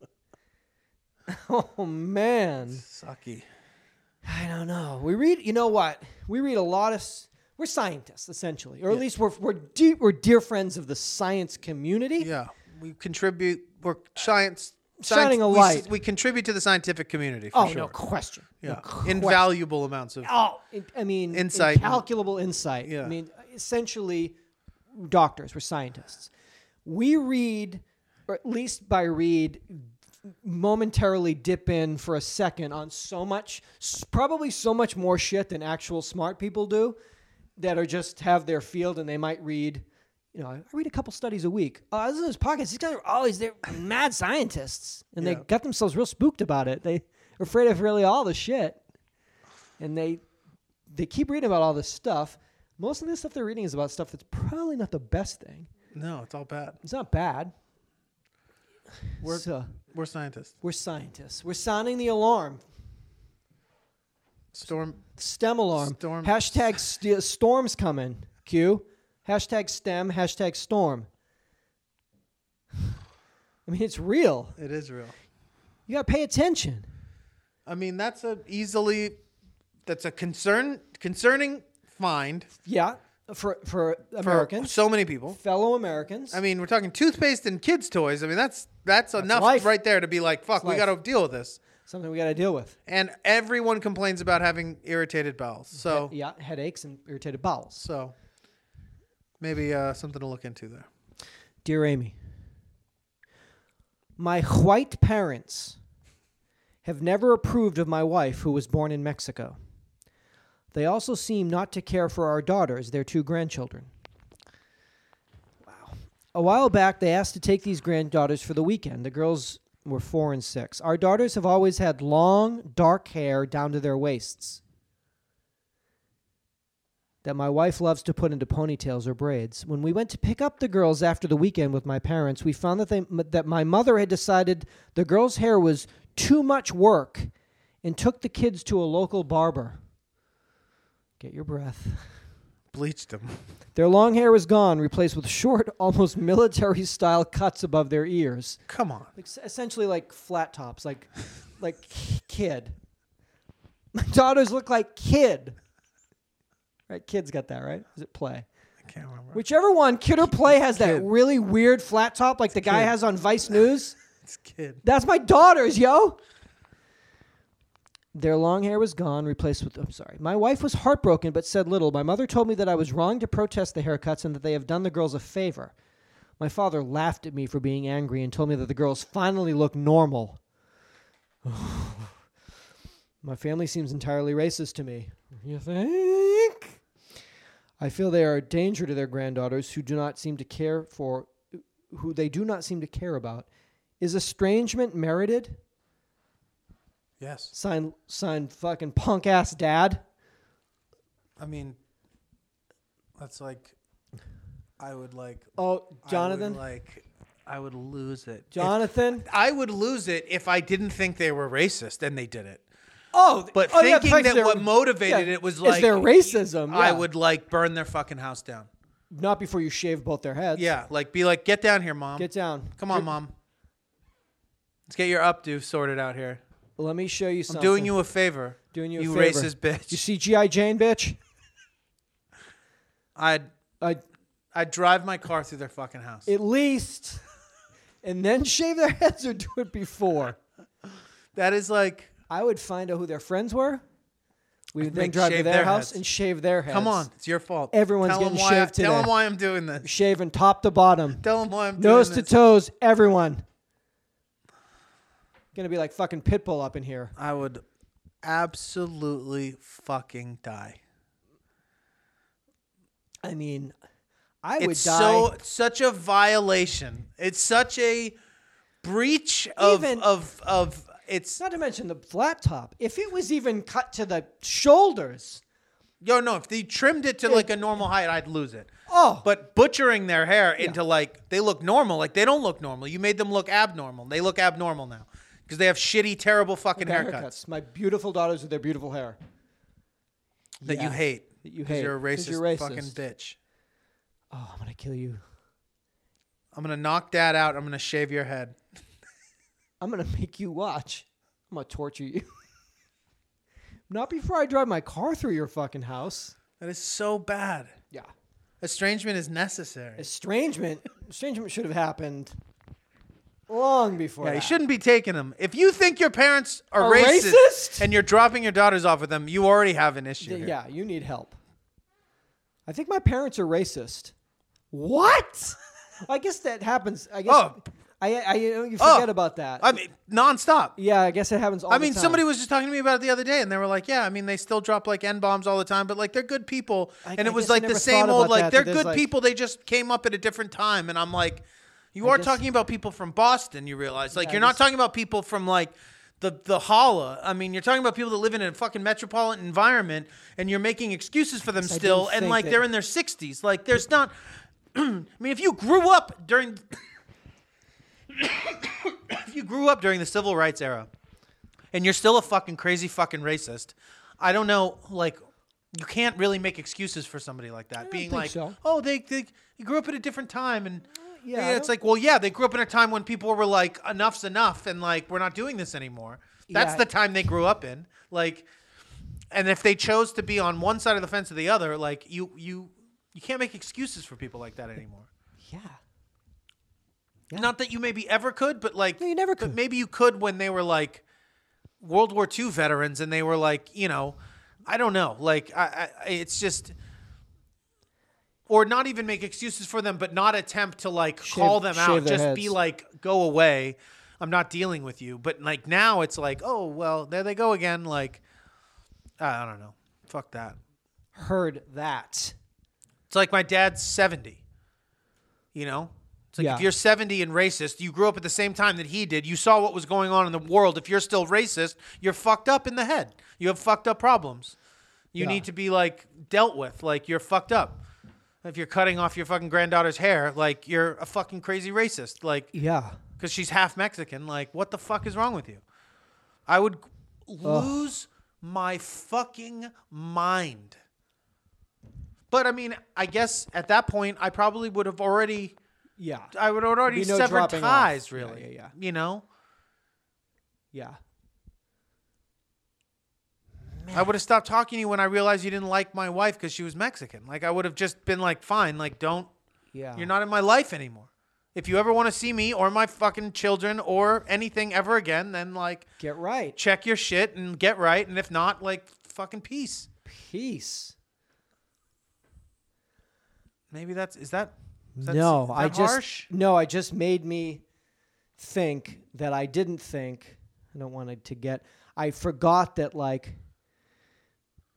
Speaker 1: (laughs)
Speaker 2: Oh man.
Speaker 1: sucky.
Speaker 2: I don't know. We read, you know what? We read a lot of. s- We're scientists essentially, or at least we're we're deep, we're dear friends of the science community.
Speaker 1: Yeah, we contribute. We're science.
Speaker 2: Shining
Speaker 1: science-
Speaker 2: a
Speaker 1: we s-
Speaker 2: light.
Speaker 1: We, contribute to the scientific community. For
Speaker 2: oh
Speaker 1: sure.
Speaker 2: no question. No
Speaker 1: Yeah,
Speaker 2: que-
Speaker 1: invaluable amounts of.
Speaker 2: Oh, in- I mean,
Speaker 1: Insight.
Speaker 2: incalculable insight.
Speaker 1: Yeah.
Speaker 2: I mean, essentially, we're doctors. We're scientists. We read, or at least by read, momentarily dip in for a second on so much, s- probably so much more shit than actual smart people do, that are just have their field and they might read. You know, I read a couple studies a week. Oh, I was in his pockets. These guys are always they're mad scientists, and
Speaker 1: Yeah.
Speaker 2: they got themselves real spooked about it. They are afraid of really all the shit, and they they keep reading about all this stuff. Most of the stuff they're reading is about stuff that's probably not the best thing.
Speaker 1: No, it's all bad.
Speaker 2: It's not bad.
Speaker 1: We're-
Speaker 2: So,
Speaker 1: We're scientists.
Speaker 2: we're scientists. We're sounding the alarm.
Speaker 1: Storm.
Speaker 2: STEM alarm.
Speaker 1: Storm-
Speaker 2: Hashtag st- storm's coming. Q. Hashtag STEM. Hashtag storm. I mean, it's real.
Speaker 1: It is real.
Speaker 2: You got to pay attention.
Speaker 1: I mean, that's a easily. That's a concern concerning find
Speaker 2: Yeah. For,
Speaker 1: for
Speaker 2: for Americans,
Speaker 1: so many people.
Speaker 2: fellow Americans.
Speaker 1: I mean, we're talking toothpaste and kids' toys. I mean, that's that's, enough
Speaker 2: life.
Speaker 1: right there to be like, fuck, we
Speaker 2: life.
Speaker 1: got to deal with this.
Speaker 2: something we got to deal with.
Speaker 1: And everyone complains about having irritated bowels. So
Speaker 2: Yeah. Headaches and irritated bowels.
Speaker 1: So maybe uh, something to look into there.
Speaker 2: Dear Amy, my white parents have never approved of my wife, who was born in Mexico. They also seem not to care for our daughters, their two grandchildren. Wow. A while back, they asked to take these granddaughters for the weekend. The girls were four and six. Our daughters have always had long, dark hair down to their waists that my wife loves to put into ponytails or braids. When we went to pick up the girls after the weekend with my parents, we found that they m- that my mother had decided the girls' hair was too much work and took the kids to a local barber. Get your breath. (laughs)
Speaker 1: Bleached them.
Speaker 2: Their long hair was gone, replaced with short, (laughs) almost military style cuts above their ears.
Speaker 1: (laughs) Come on.
Speaker 2: Like, s- essentially like flat tops, like like k- kid. My daughters look like kid. Right, kids got that, right? Is it play?
Speaker 1: I can't remember.
Speaker 2: Whichever one, Kid or Play has that
Speaker 1: Kid.
Speaker 2: really weird flat top like the guy
Speaker 1: Kid.
Speaker 2: has on Vice News.
Speaker 1: It's kid.
Speaker 2: That's my daughter's, yo. Their long hair was gone, replaced with. I'm sorry. My wife was heartbroken, but said little. My mother told me that I was wrong to protest the haircuts and that they have done the girls a favor. My father laughed at me for being angry and told me that the girls finally look normal. (sighs) My family seems entirely racist to me. You think? I feel they are a danger to their granddaughters who do not seem to care for who they do not seem to care about. Is estrangement merited?
Speaker 1: Yes.
Speaker 2: Sign sign fucking punk ass dad.
Speaker 1: I mean, that's like, I would like.
Speaker 2: Oh,
Speaker 1: I would
Speaker 2: Jonathan.
Speaker 1: like, I would lose it.
Speaker 2: Jonathan.
Speaker 1: If- I would lose it if I didn't think they were racist and they did it.
Speaker 2: (laughs) oh,
Speaker 1: But
Speaker 2: oh, yeah,
Speaker 1: thinking
Speaker 2: thanks,
Speaker 1: that
Speaker 2: they're-
Speaker 1: what motivated
Speaker 2: yeah,
Speaker 1: it was
Speaker 2: is
Speaker 1: like
Speaker 2: their racism,
Speaker 1: I
Speaker 2: yeah.
Speaker 1: would like burn their fucking house down.
Speaker 2: not before you shave both their heads.
Speaker 1: Yeah, like be like, get down here, mom.
Speaker 2: Get down.
Speaker 1: Come on, mom. Let's get your updo sorted out here.
Speaker 2: Let me show you something.
Speaker 1: I'm doing you a favor.
Speaker 2: doing you, a
Speaker 1: you
Speaker 2: favor.
Speaker 1: racist
Speaker 2: You
Speaker 1: bitch.
Speaker 2: see GI Jane, bitch.
Speaker 1: I'd
Speaker 2: I
Speaker 1: I'd drive my car through their fucking house.
Speaker 2: at least, and then shave their heads or do it before.
Speaker 1: that is like
Speaker 2: I would find out who their friends were. We would then
Speaker 1: Make-
Speaker 2: drive to
Speaker 1: shave
Speaker 2: their,
Speaker 1: their
Speaker 2: house
Speaker 1: heads.
Speaker 2: and shave their heads.
Speaker 1: Come on, it's your fault.
Speaker 2: Everyone's
Speaker 1: Tell 'em
Speaker 2: getting
Speaker 1: why I,
Speaker 2: shaved
Speaker 1: Tell them
Speaker 2: today.
Speaker 1: why I'm doing this.
Speaker 2: Shaven top to bottom,
Speaker 1: Tell them why I'm doing
Speaker 2: nose to
Speaker 1: this.
Speaker 2: toes, everyone. Gonna be like fucking Pitbull up in here.
Speaker 1: I would absolutely fucking die.
Speaker 2: I mean, I would die.
Speaker 1: It's so such a violation. It's such a breach of
Speaker 2: Even-
Speaker 1: of of. It's
Speaker 2: Not to mention the flat top. If it was even cut to the shoulders,
Speaker 1: yo no. If they trimmed it to like a normal height, I'd lose it.
Speaker 2: oh,
Speaker 1: But butchering their hair into like they look normal, like they don't look normal. You made them look abnormal. They look abnormal now because they have shitty, terrible fucking
Speaker 2: haircuts.
Speaker 1: haircuts,
Speaker 2: My beautiful daughters with their beautiful hair.
Speaker 1: that you
Speaker 2: Yeah.
Speaker 1: hate.
Speaker 2: That you
Speaker 1: 'cause
Speaker 2: hate,
Speaker 1: You're a
Speaker 2: 'cause
Speaker 1: racist,
Speaker 2: you're
Speaker 1: fucking
Speaker 2: racist.
Speaker 1: bitch.
Speaker 2: Oh, I'm gonna kill you.
Speaker 1: I'm gonna knock dad out. I'm gonna shave your head.
Speaker 2: I'm gonna (laughs) make you watch. I'm gonna torture you. (laughs) Not before I drive my car through your fucking house.
Speaker 1: That is so bad.
Speaker 2: Yeah.
Speaker 1: Estrangement is necessary.
Speaker 2: Estrangement. Estrangement should have happened long before.
Speaker 1: Yeah, you
Speaker 2: that.
Speaker 1: shouldn't be taking them. If you think your parents are,
Speaker 2: Are
Speaker 1: racist,
Speaker 2: racist?
Speaker 1: and you're dropping your daughters off with them, you already have an issue.
Speaker 2: Th-
Speaker 1: here.
Speaker 2: Yeah, you need help. I think my parents are racist. What? I guess that happens. I guess
Speaker 1: Oh.
Speaker 2: I, I you, know, you
Speaker 1: Oh.
Speaker 2: forget about that.
Speaker 1: I mean, nonstop.
Speaker 2: yeah, I guess it happens all
Speaker 1: I
Speaker 2: the
Speaker 1: mean,
Speaker 2: time.
Speaker 1: somebody was just talking to me about it the other day, and they were like, "Yeah, I mean, they still drop like n bombs all the time, but like they're good people."
Speaker 2: I-
Speaker 1: and
Speaker 2: I
Speaker 1: it was
Speaker 2: guess I
Speaker 1: like the
Speaker 2: never
Speaker 1: same
Speaker 2: thought
Speaker 1: old
Speaker 2: about
Speaker 1: like
Speaker 2: that, that
Speaker 1: they're
Speaker 2: there's,
Speaker 1: good
Speaker 2: like-
Speaker 1: people. They just came up at a different time, and I'm like, "You
Speaker 2: I
Speaker 1: are
Speaker 2: guess-
Speaker 1: talking about people from Boston, you realize? Like,
Speaker 2: Yeah, I
Speaker 1: you're not
Speaker 2: guess-
Speaker 1: talking about people from like." The, the holla. I mean, you're talking about people that live in a fucking metropolitan environment, and you're making excuses for them
Speaker 2: I
Speaker 1: still,
Speaker 2: didn't
Speaker 1: and
Speaker 2: think
Speaker 1: like
Speaker 2: that-
Speaker 1: they're in their 60s. Like, there's not. (clears throat) I mean, if you grew up during, (coughs) if you grew up during the civil rights era, and you're still a fucking crazy fucking racist, I don't know. Like, you can't really make excuses for somebody like that. Being
Speaker 2: think
Speaker 1: like,
Speaker 2: so. Uh,
Speaker 1: oh, they they you grew up at a different time, and
Speaker 2: yeah,
Speaker 1: yeah,
Speaker 2: I
Speaker 1: it's
Speaker 2: don't-
Speaker 1: like, well, yeah, they grew up in a time when people were like, enough's enough, and like, we're not doing this anymore. That's
Speaker 2: Yeah.
Speaker 1: the time they grew up in. Like, and if they chose to be on one side of the fence or the other, like you you you can't make excuses for people like that anymore.
Speaker 2: Yeah. Yeah.
Speaker 1: Not that you maybe ever could, but like
Speaker 2: No, you never
Speaker 1: But
Speaker 2: could.
Speaker 1: maybe you could when they were like World War II veterans, and they were like, you know, I don't know, like I, I it's just. Or not even make excuses for them, but not attempt to like call them
Speaker 2: shave
Speaker 1: out.
Speaker 2: their
Speaker 1: Just be
Speaker 2: heads.
Speaker 1: like, go away. I'm not dealing with you. But like now it's like, oh, well, there they go again. Like, I don't know. Fuck that.
Speaker 2: Heard that.
Speaker 1: It's like my dad's 70. You know? It's like
Speaker 2: Yeah.
Speaker 1: if you're 70 and racist, you grew up at the same time that he did. You saw what was going on in the world. If you're still racist, you're fucked up in the head. You have fucked up problems. You
Speaker 2: Yeah.
Speaker 1: need to be like dealt with. Like you're fucked up. If you're cutting off your fucking granddaughter's hair, like you're a fucking crazy racist. Like
Speaker 2: Yeah.
Speaker 1: because she's half Mexican. Like, what the fuck is wrong with you? I would lose my fucking mind. But I mean, I guess at that point, I probably would have already,
Speaker 2: Yeah.
Speaker 1: I would have already
Speaker 2: Be no
Speaker 1: severed
Speaker 2: dropping off.
Speaker 1: ties,
Speaker 2: Yeah,
Speaker 1: really.
Speaker 2: yeah, yeah.
Speaker 1: You know,
Speaker 2: Yeah.
Speaker 1: I would have stopped talking to you when I realized you didn't like my wife because she was Mexican. Like, I would have just been like, fine, like, don't
Speaker 2: Yeah.
Speaker 1: You're not in my life anymore. If you ever want to see me or my fucking children or anything ever again, then like
Speaker 2: Get right.
Speaker 1: check your shit and get right. And if not, like fucking peace.
Speaker 2: Peace.
Speaker 1: Maybe that's is that. Is that
Speaker 2: no,
Speaker 1: is
Speaker 2: I
Speaker 1: that
Speaker 2: just
Speaker 1: harsh?
Speaker 2: no, I just made me think that I didn't think. I don't want it to get. I forgot that like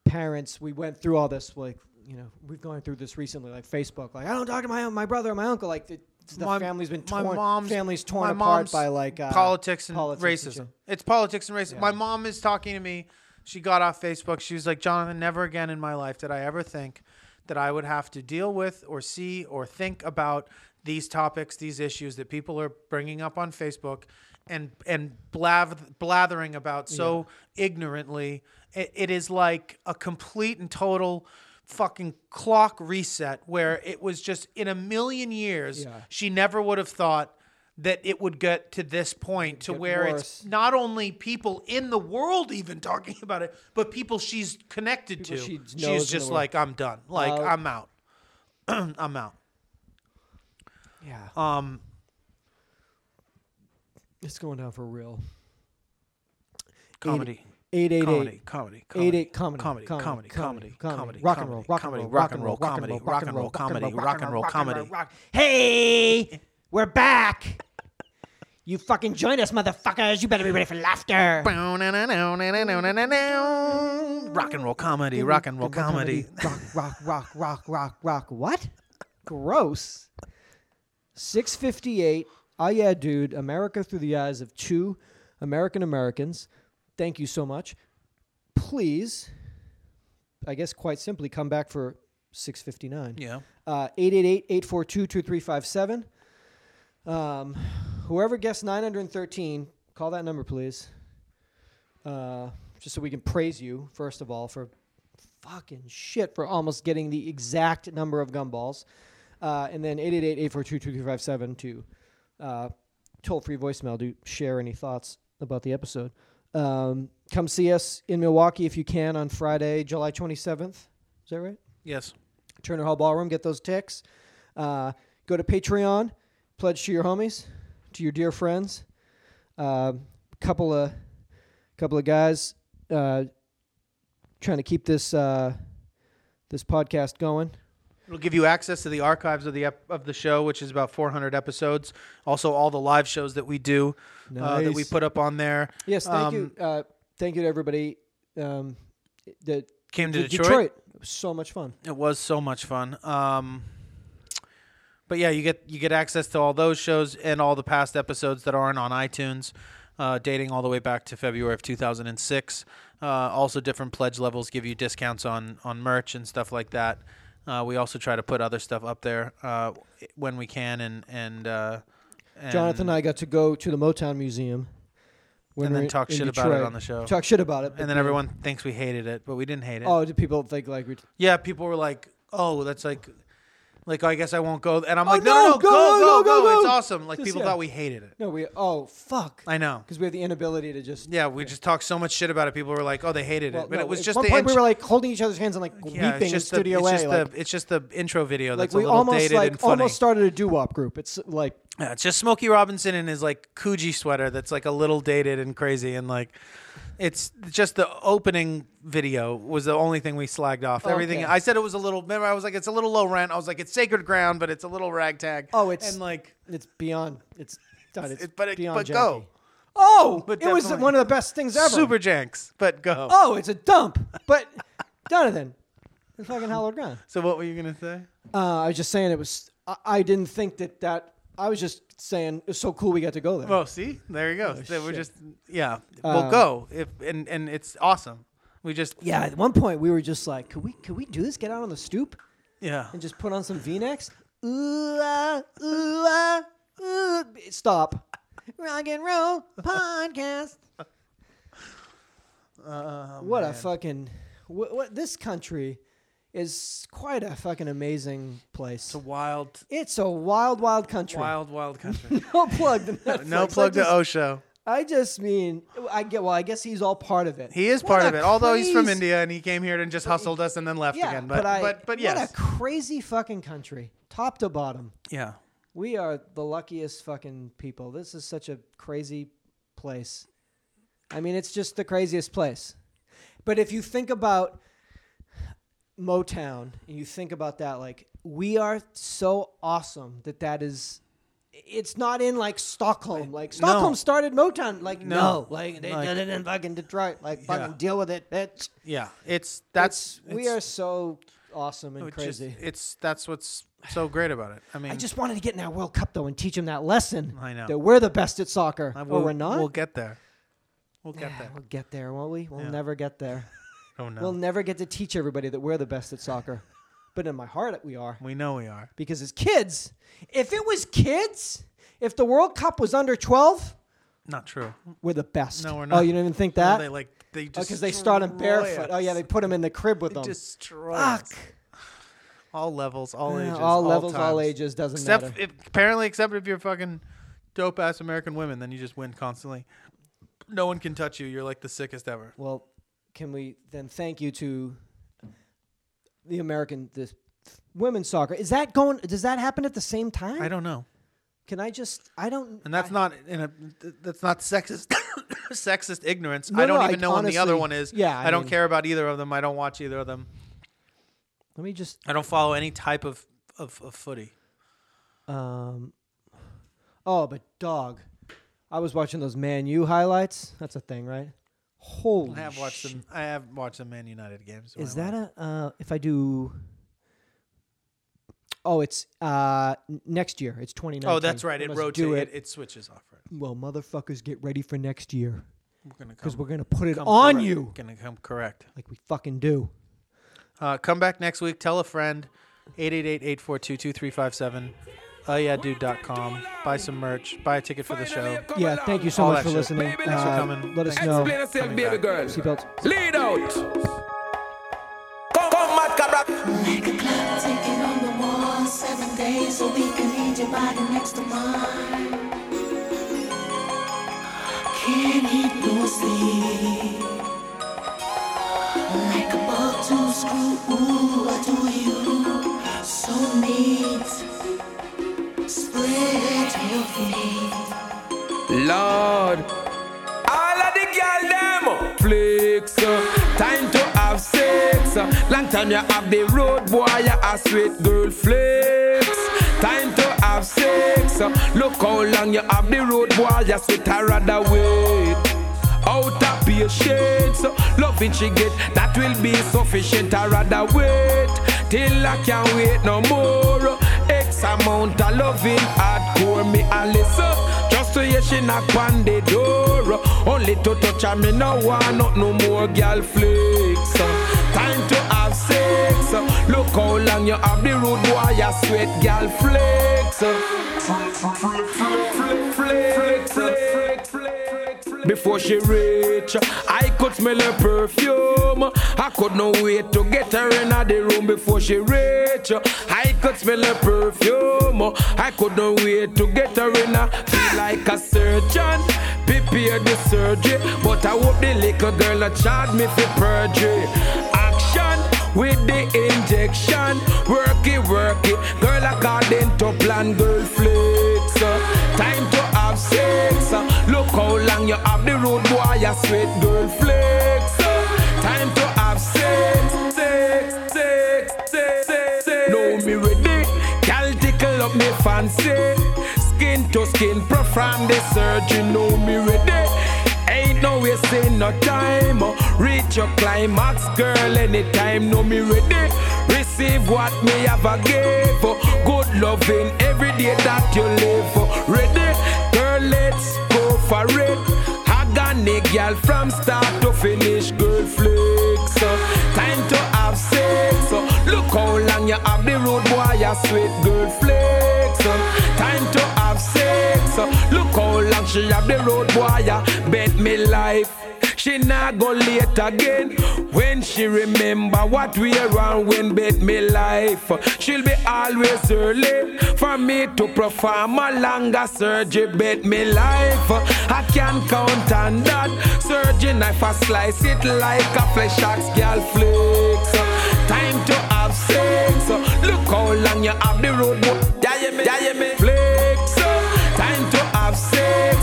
Speaker 2: parents. We went through all this. Like you know, we've gone through this recently. Like Facebook. Like I don't talk to my my brother or my uncle. Like the, the
Speaker 1: My-
Speaker 2: family's been
Speaker 1: my
Speaker 2: torn.
Speaker 1: mom's-
Speaker 2: family's torn
Speaker 1: my
Speaker 2: apart
Speaker 1: mom's
Speaker 2: by like uh,
Speaker 1: politics and
Speaker 2: politics
Speaker 1: racism.
Speaker 2: and
Speaker 1: it's politics and racism. My mom is talking to me. She got off Facebook. She was like, "Jonathan, never again in my life did I ever think that I would have to deal with or see or think about these topics, these issues that people are bringing up on Facebook and and blath- blathering about so ignorantly. It, it is like a complete and total fucking clock reset where it was just in a million years
Speaker 2: Yeah.
Speaker 1: she never would have thought that it would get to this point to
Speaker 2: get
Speaker 1: where
Speaker 2: worse.
Speaker 1: it's not only people in the world even (laughs) talking about it, but people she's connected
Speaker 2: People
Speaker 1: to.
Speaker 2: she knows in the
Speaker 1: she's just
Speaker 2: world.
Speaker 1: like, I'm done. Like
Speaker 2: Uh,
Speaker 1: I'm out. (clears throat) I'm out.
Speaker 2: shit. Yeah,
Speaker 1: Um,
Speaker 2: it's going down for real.
Speaker 1: comedy.
Speaker 2: 80
Speaker 1: comedy,
Speaker 2: 888
Speaker 1: comedy, comedy,
Speaker 2: 88 comedy,
Speaker 1: comedy, comedy, comedy, comedy,
Speaker 2: rock and roll, rock and
Speaker 1: comedy,
Speaker 2: roll,
Speaker 1: rock and roll, comedy, rock and roll, comedy, rock and roll, comedy.
Speaker 2: rock- Hey, we're back. You fucking join us, motherfuckers. You better be ready for laughter.
Speaker 1: Rock and roll comedy, rock and roll comedy.
Speaker 2: Rock, rock, rock, rock, rock, rock. What? Gross. 658. Ah, yeah, dude. America through the eyes of two American Americans. Thank you so much. Please, I guess quite simply, come back for 659.
Speaker 1: Yeah.
Speaker 2: Uh, 888-842-2357. Um, whoever gets 913, call that number, please. Uh, just so we can praise you, first of all, for fucking shit for almost getting the exact number of gumballs. Uh, and then 888-842-2357 to uh, toll-free voicemail to share any thoughts about the episode. Um, come see us in Milwaukee if you can on Friday, July 27th. Is that right?
Speaker 1: Yes.
Speaker 2: Turner Hall Ballroom. Get those ticks. Uh, go to Patreon. Pledge to your homies, to your dear friends. A couple of couple of guys uh, trying to keep this uh, this podcast going.
Speaker 1: It'll give you access to the archives of the ep- of the show, which is about 400 episodes. Also, all the live shows that we do uh, that we
Speaker 2: Nice.
Speaker 1: put up on there.
Speaker 2: Yes, thank
Speaker 1: Um,
Speaker 2: you. Uh, thank you to everybody. Um, that
Speaker 1: Came to
Speaker 2: Detroit.
Speaker 1: Detroit.
Speaker 2: It was so much fun.
Speaker 1: It was so much fun. Um, but yeah, you get you get access to all those shows and all the past episodes that aren't on iTunes, uh, dating all the way back to February of 2006. Uh, also, different pledge levels give you discounts on on merch and stuff like that. Uh, we also try to put other stuff up there uh, when we can, and and, uh, and
Speaker 2: Jonathan and I got to go to the Motown Museum. when
Speaker 1: And
Speaker 2: we
Speaker 1: then
Speaker 2: were
Speaker 1: talk
Speaker 2: in
Speaker 1: shit about it
Speaker 2: Detroit.
Speaker 1: on the show.
Speaker 2: Talk shit about it. but
Speaker 1: and then
Speaker 2: we-
Speaker 1: everyone thinks we hated it, but we didn't hate it.
Speaker 2: Oh, do people think like we?
Speaker 1: Yeah, people were like, "Oh, that's like, like I guess I won't go." And I'm
Speaker 2: Oh,
Speaker 1: like, "No, no, no, go, go, go,
Speaker 2: go.
Speaker 1: It's awesome." Like
Speaker 2: Just,
Speaker 1: people
Speaker 2: yeah.
Speaker 1: thought we hated it.
Speaker 2: No, we. Oh, fuck.
Speaker 1: I know.
Speaker 2: because we have the inability to just.
Speaker 1: Yeah, we just talked so much shit about it. People were like, "Oh, they hated
Speaker 2: well,
Speaker 1: it," but
Speaker 2: no,
Speaker 1: it was
Speaker 2: at
Speaker 1: just
Speaker 2: one
Speaker 1: the
Speaker 2: point we
Speaker 1: intro-
Speaker 2: were like holding each other's hands and like
Speaker 1: yeah,
Speaker 2: weeping in
Speaker 1: just the,
Speaker 2: Studio
Speaker 1: it's
Speaker 2: A.
Speaker 1: just
Speaker 2: like,
Speaker 1: the it's just the intro video
Speaker 2: like
Speaker 1: that's
Speaker 2: we
Speaker 1: a little
Speaker 2: almost
Speaker 1: dated
Speaker 2: like
Speaker 1: and funny.
Speaker 2: almost started a doo wop group. It's like
Speaker 1: Yeah, it's just Smokey Robinson in his like Coogee sweater that's like a little dated and crazy and like it's just the opening video was the only thing we slagged off. Everything
Speaker 2: Oh, Okay.
Speaker 1: I said it was a little remember I was like it's a little low rent. I was like it's sacred ground but it's a little ragtag.
Speaker 2: Oh, it's-
Speaker 1: and like
Speaker 2: it's beyond. It's done. It's
Speaker 1: it, but it,
Speaker 2: beyond
Speaker 1: but
Speaker 2: janky.
Speaker 1: go.
Speaker 2: Oh,
Speaker 1: But
Speaker 2: it was
Speaker 1: definitely.
Speaker 2: one of the best things ever.
Speaker 1: Super janks, but go.
Speaker 2: Oh, it's a dump. But (laughs) Donovan, it's fucking hallowed ground.
Speaker 1: So what were you going to say?
Speaker 2: Uh, I was just saying it was. I, I didn't think that that. I was just saying it's so cool we got to go there.
Speaker 1: Well, Oh, see? There you go. So we're
Speaker 2: Oh, shit. Um,
Speaker 1: just yeah, well go. If and and it's awesome. We just
Speaker 2: yeah, at one point we were just like, could we could we do this? Get out on the stoop.
Speaker 1: yeah.
Speaker 2: and just put on some V-necks. Ooh, ah, ooh, ah, ooh. Stop. Rock and roll podcast. (laughs)
Speaker 1: Um,
Speaker 2: what a fucking what, what this country is quite a fucking amazing place.
Speaker 1: It's a wild
Speaker 2: It's a wild, wild country.
Speaker 1: wild wild country.
Speaker 2: (laughs) No plug to Netflix.
Speaker 1: no plug
Speaker 2: I
Speaker 1: to
Speaker 2: just,
Speaker 1: Osho.
Speaker 2: I just mean, I get. Well, I guess he's all part of it.
Speaker 1: He is
Speaker 2: What
Speaker 1: part
Speaker 2: a
Speaker 1: of it, although he's from
Speaker 2: crazy-
Speaker 1: India and he came here and just hustled us and then left
Speaker 2: Yeah,
Speaker 1: again. But but,
Speaker 2: I,
Speaker 1: but, yes,
Speaker 2: what a crazy fucking country, top to bottom.
Speaker 1: yeah.
Speaker 2: We are the luckiest fucking people. This is such a crazy place. I mean, it's just the craziest place. But if you think about Motown and you think about that, like, we are so awesome that that is. It's not in like Stockholm. Like Stockholm started Motown. Like no, like they
Speaker 1: Like-
Speaker 2: did it in fucking Detroit. Like fucking
Speaker 1: Yeah.
Speaker 2: deal with it, bitch.
Speaker 1: Yeah, it's that's
Speaker 2: It's- we
Speaker 1: it's-
Speaker 2: are so awesome and
Speaker 1: it's just-
Speaker 2: crazy.
Speaker 1: it's that's what's so great about it. I mean,
Speaker 2: I just wanted to get in that World Cup though and teach them that lesson.
Speaker 1: I know.
Speaker 2: that we're the best at soccer,
Speaker 1: I-
Speaker 2: or we're not.
Speaker 1: uh, We'll get there. We'll get
Speaker 2: Yeah,
Speaker 1: there.
Speaker 2: We'll get there, won't we? We'll
Speaker 1: Yeah.
Speaker 2: never get there.
Speaker 1: (laughs) Oh no,
Speaker 2: We'll never get to teach everybody that we're the best at soccer. but in my heart, we are
Speaker 1: we know we are.
Speaker 2: because as kids, if it was kids, if the World Cup was under twelve,
Speaker 1: Not true.
Speaker 2: we're the best.
Speaker 1: No, we're
Speaker 2: Oh,
Speaker 1: not.
Speaker 2: you don't even think
Speaker 1: No,
Speaker 2: that?
Speaker 1: they like they just
Speaker 2: because they start them barefoot. Oh yeah, they put them in the crib with them.
Speaker 1: destroy
Speaker 2: Fuck.
Speaker 1: us. all levels, all
Speaker 2: Yeah,
Speaker 1: ages,
Speaker 2: all levels, all
Speaker 1: times.
Speaker 2: ages doesn't matter.
Speaker 1: Except if, apparently, except if you're fucking dope ass American women, then you just win constantly. No one can touch you. You're like the sickest ever.
Speaker 2: Well, can we then thank you to the American this women's soccer? Is that going? Does that happen at the same time?
Speaker 1: I don't know.
Speaker 2: Can I just? I don't.
Speaker 1: And that's
Speaker 2: I-
Speaker 1: not in a th- that's not sexist (coughs) sexist ignorance.
Speaker 2: No,
Speaker 1: I don't
Speaker 2: no,
Speaker 1: even
Speaker 2: I
Speaker 1: know when the other
Speaker 2: honestly-
Speaker 1: one is.
Speaker 2: yeah,
Speaker 1: I,
Speaker 2: I
Speaker 1: don't
Speaker 2: mean-
Speaker 1: care about either of them. I don't watch either of them.
Speaker 2: Let me just.
Speaker 1: I don't follow any type of of, of footy.
Speaker 2: Um. Oh, but dog, I was watching those Man U highlights. That's a thing, right? Holy.
Speaker 1: I have watched some. I have watched some Man United games.
Speaker 2: Is that a? Uh, if I do. Oh, it's uh n- next year. It's twenty nine.
Speaker 1: Oh, that's right. It rotates.
Speaker 2: Do
Speaker 1: It.
Speaker 2: it.
Speaker 1: it switches off. Right.
Speaker 2: Well, motherfuckers, get ready for next year
Speaker 1: We're gonna come.
Speaker 2: because we're gonna put it
Speaker 1: come
Speaker 2: on
Speaker 1: correct.
Speaker 2: you,
Speaker 1: Gonna come correct.
Speaker 2: like we fucking do.
Speaker 1: Uh, come back next week. Tell a friend. 888-842-2357. Oh yeah, dude.com. Buy some merch. Buy a ticket for the show.
Speaker 2: Yeah, thank you so
Speaker 1: All
Speaker 2: much
Speaker 1: that
Speaker 2: for
Speaker 1: shit.
Speaker 2: listening.
Speaker 4: Baby, thanks for
Speaker 2: Uh,
Speaker 1: coming.
Speaker 2: Let us
Speaker 1: Thanks.
Speaker 2: know.
Speaker 4: Explain yourself,
Speaker 1: Coming
Speaker 4: baby
Speaker 1: back.
Speaker 4: girl.
Speaker 2: Seatbelts.
Speaker 4: Lead out. Come, come, mad cabra.
Speaker 5: Like a clock ticking on the wall, seven days a week, I need your body next to mine. Can't eat nor sleep. Like a ball to screw, ooh, I do you so neat. Spread your feet.
Speaker 4: Lord. All of the girl them flicks. uh, Time to have sex. uh, Long time you have the road boy, you a sweet girl flicks. Time to have sex. uh, Look how long you have the road boy, you sweet I rather wait. Out of patience, so loving she get that will be sufficient. I rather wait till I can't wait no more. X amount of loving hardcore me a listen just to hear she knock on the door. Only to touch her me no want not no more girl flicks. Time to have sex. Look how long you have the road boy, you sweat girl flicks. Before she reach, I could smell her perfume. I could not wait to get her in the room before she reach. I could smell her perfume. I could not wait to get her in. a- Feel like a surgeon, prepare the surgery. But I hope the little girl a charge me for perjury. Action with the injection. Work it, work it. Girl, according to plan, girl flicks. uh. Time to have sex. uh. Look how long you have the road, boy, you sweet girl flicks. uh. Time to have sex, sex, sex, sex, sex, sex. No, me ready. Cal tickle up me fancy. Skin to skin, perform the surgery. No, me ready. Ain't no wasting no time. Uh, Reach your climax, girl, anytime. No, me ready. Receive what me have a give. Uh, Good loving every day that you live. Uh, Ready, girl, let's go for it. Agony, girl, from start to finish, girl, flicks. Time to have sex. Look how long you have the road, boy, you sweet girl, flicks. Time to have sex. Look how long she have the road wire. Bet me life. She not go late again when she remember what we around when bet me life. She'll be always early for me to perform a longer surgery. Bet me life, I can count on that. Surgery knife, I slice it like a flesh axe, girl flakes. Time to have sex. Look how long you have the road. boy. Yeah, yeah, me, yeah, yeah, me. Flex. Time to have sex.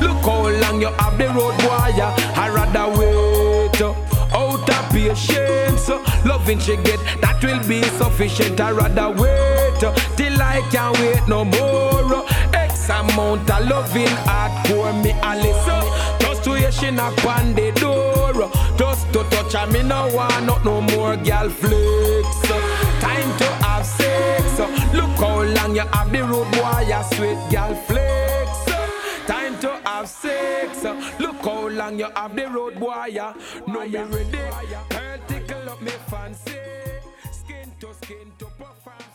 Speaker 4: Look how long you have the road, boy. yeah. I rather wait. uh, Out of patience. Loving she get, that will be sufficient. I rather wait uh, till I can't wait no more. uh. X amount of loving hardcore me a listen. Just to hear she knock on the door. uh. Just to touch her, me no want not no more girl flicks. Time to have sex. Look how long you have the road, boy, you sweet girl flicks. Time to have sex. Look how long you have the road, boy, ya. No me ready. Her tickle up me fancy. Skin to skin to perform.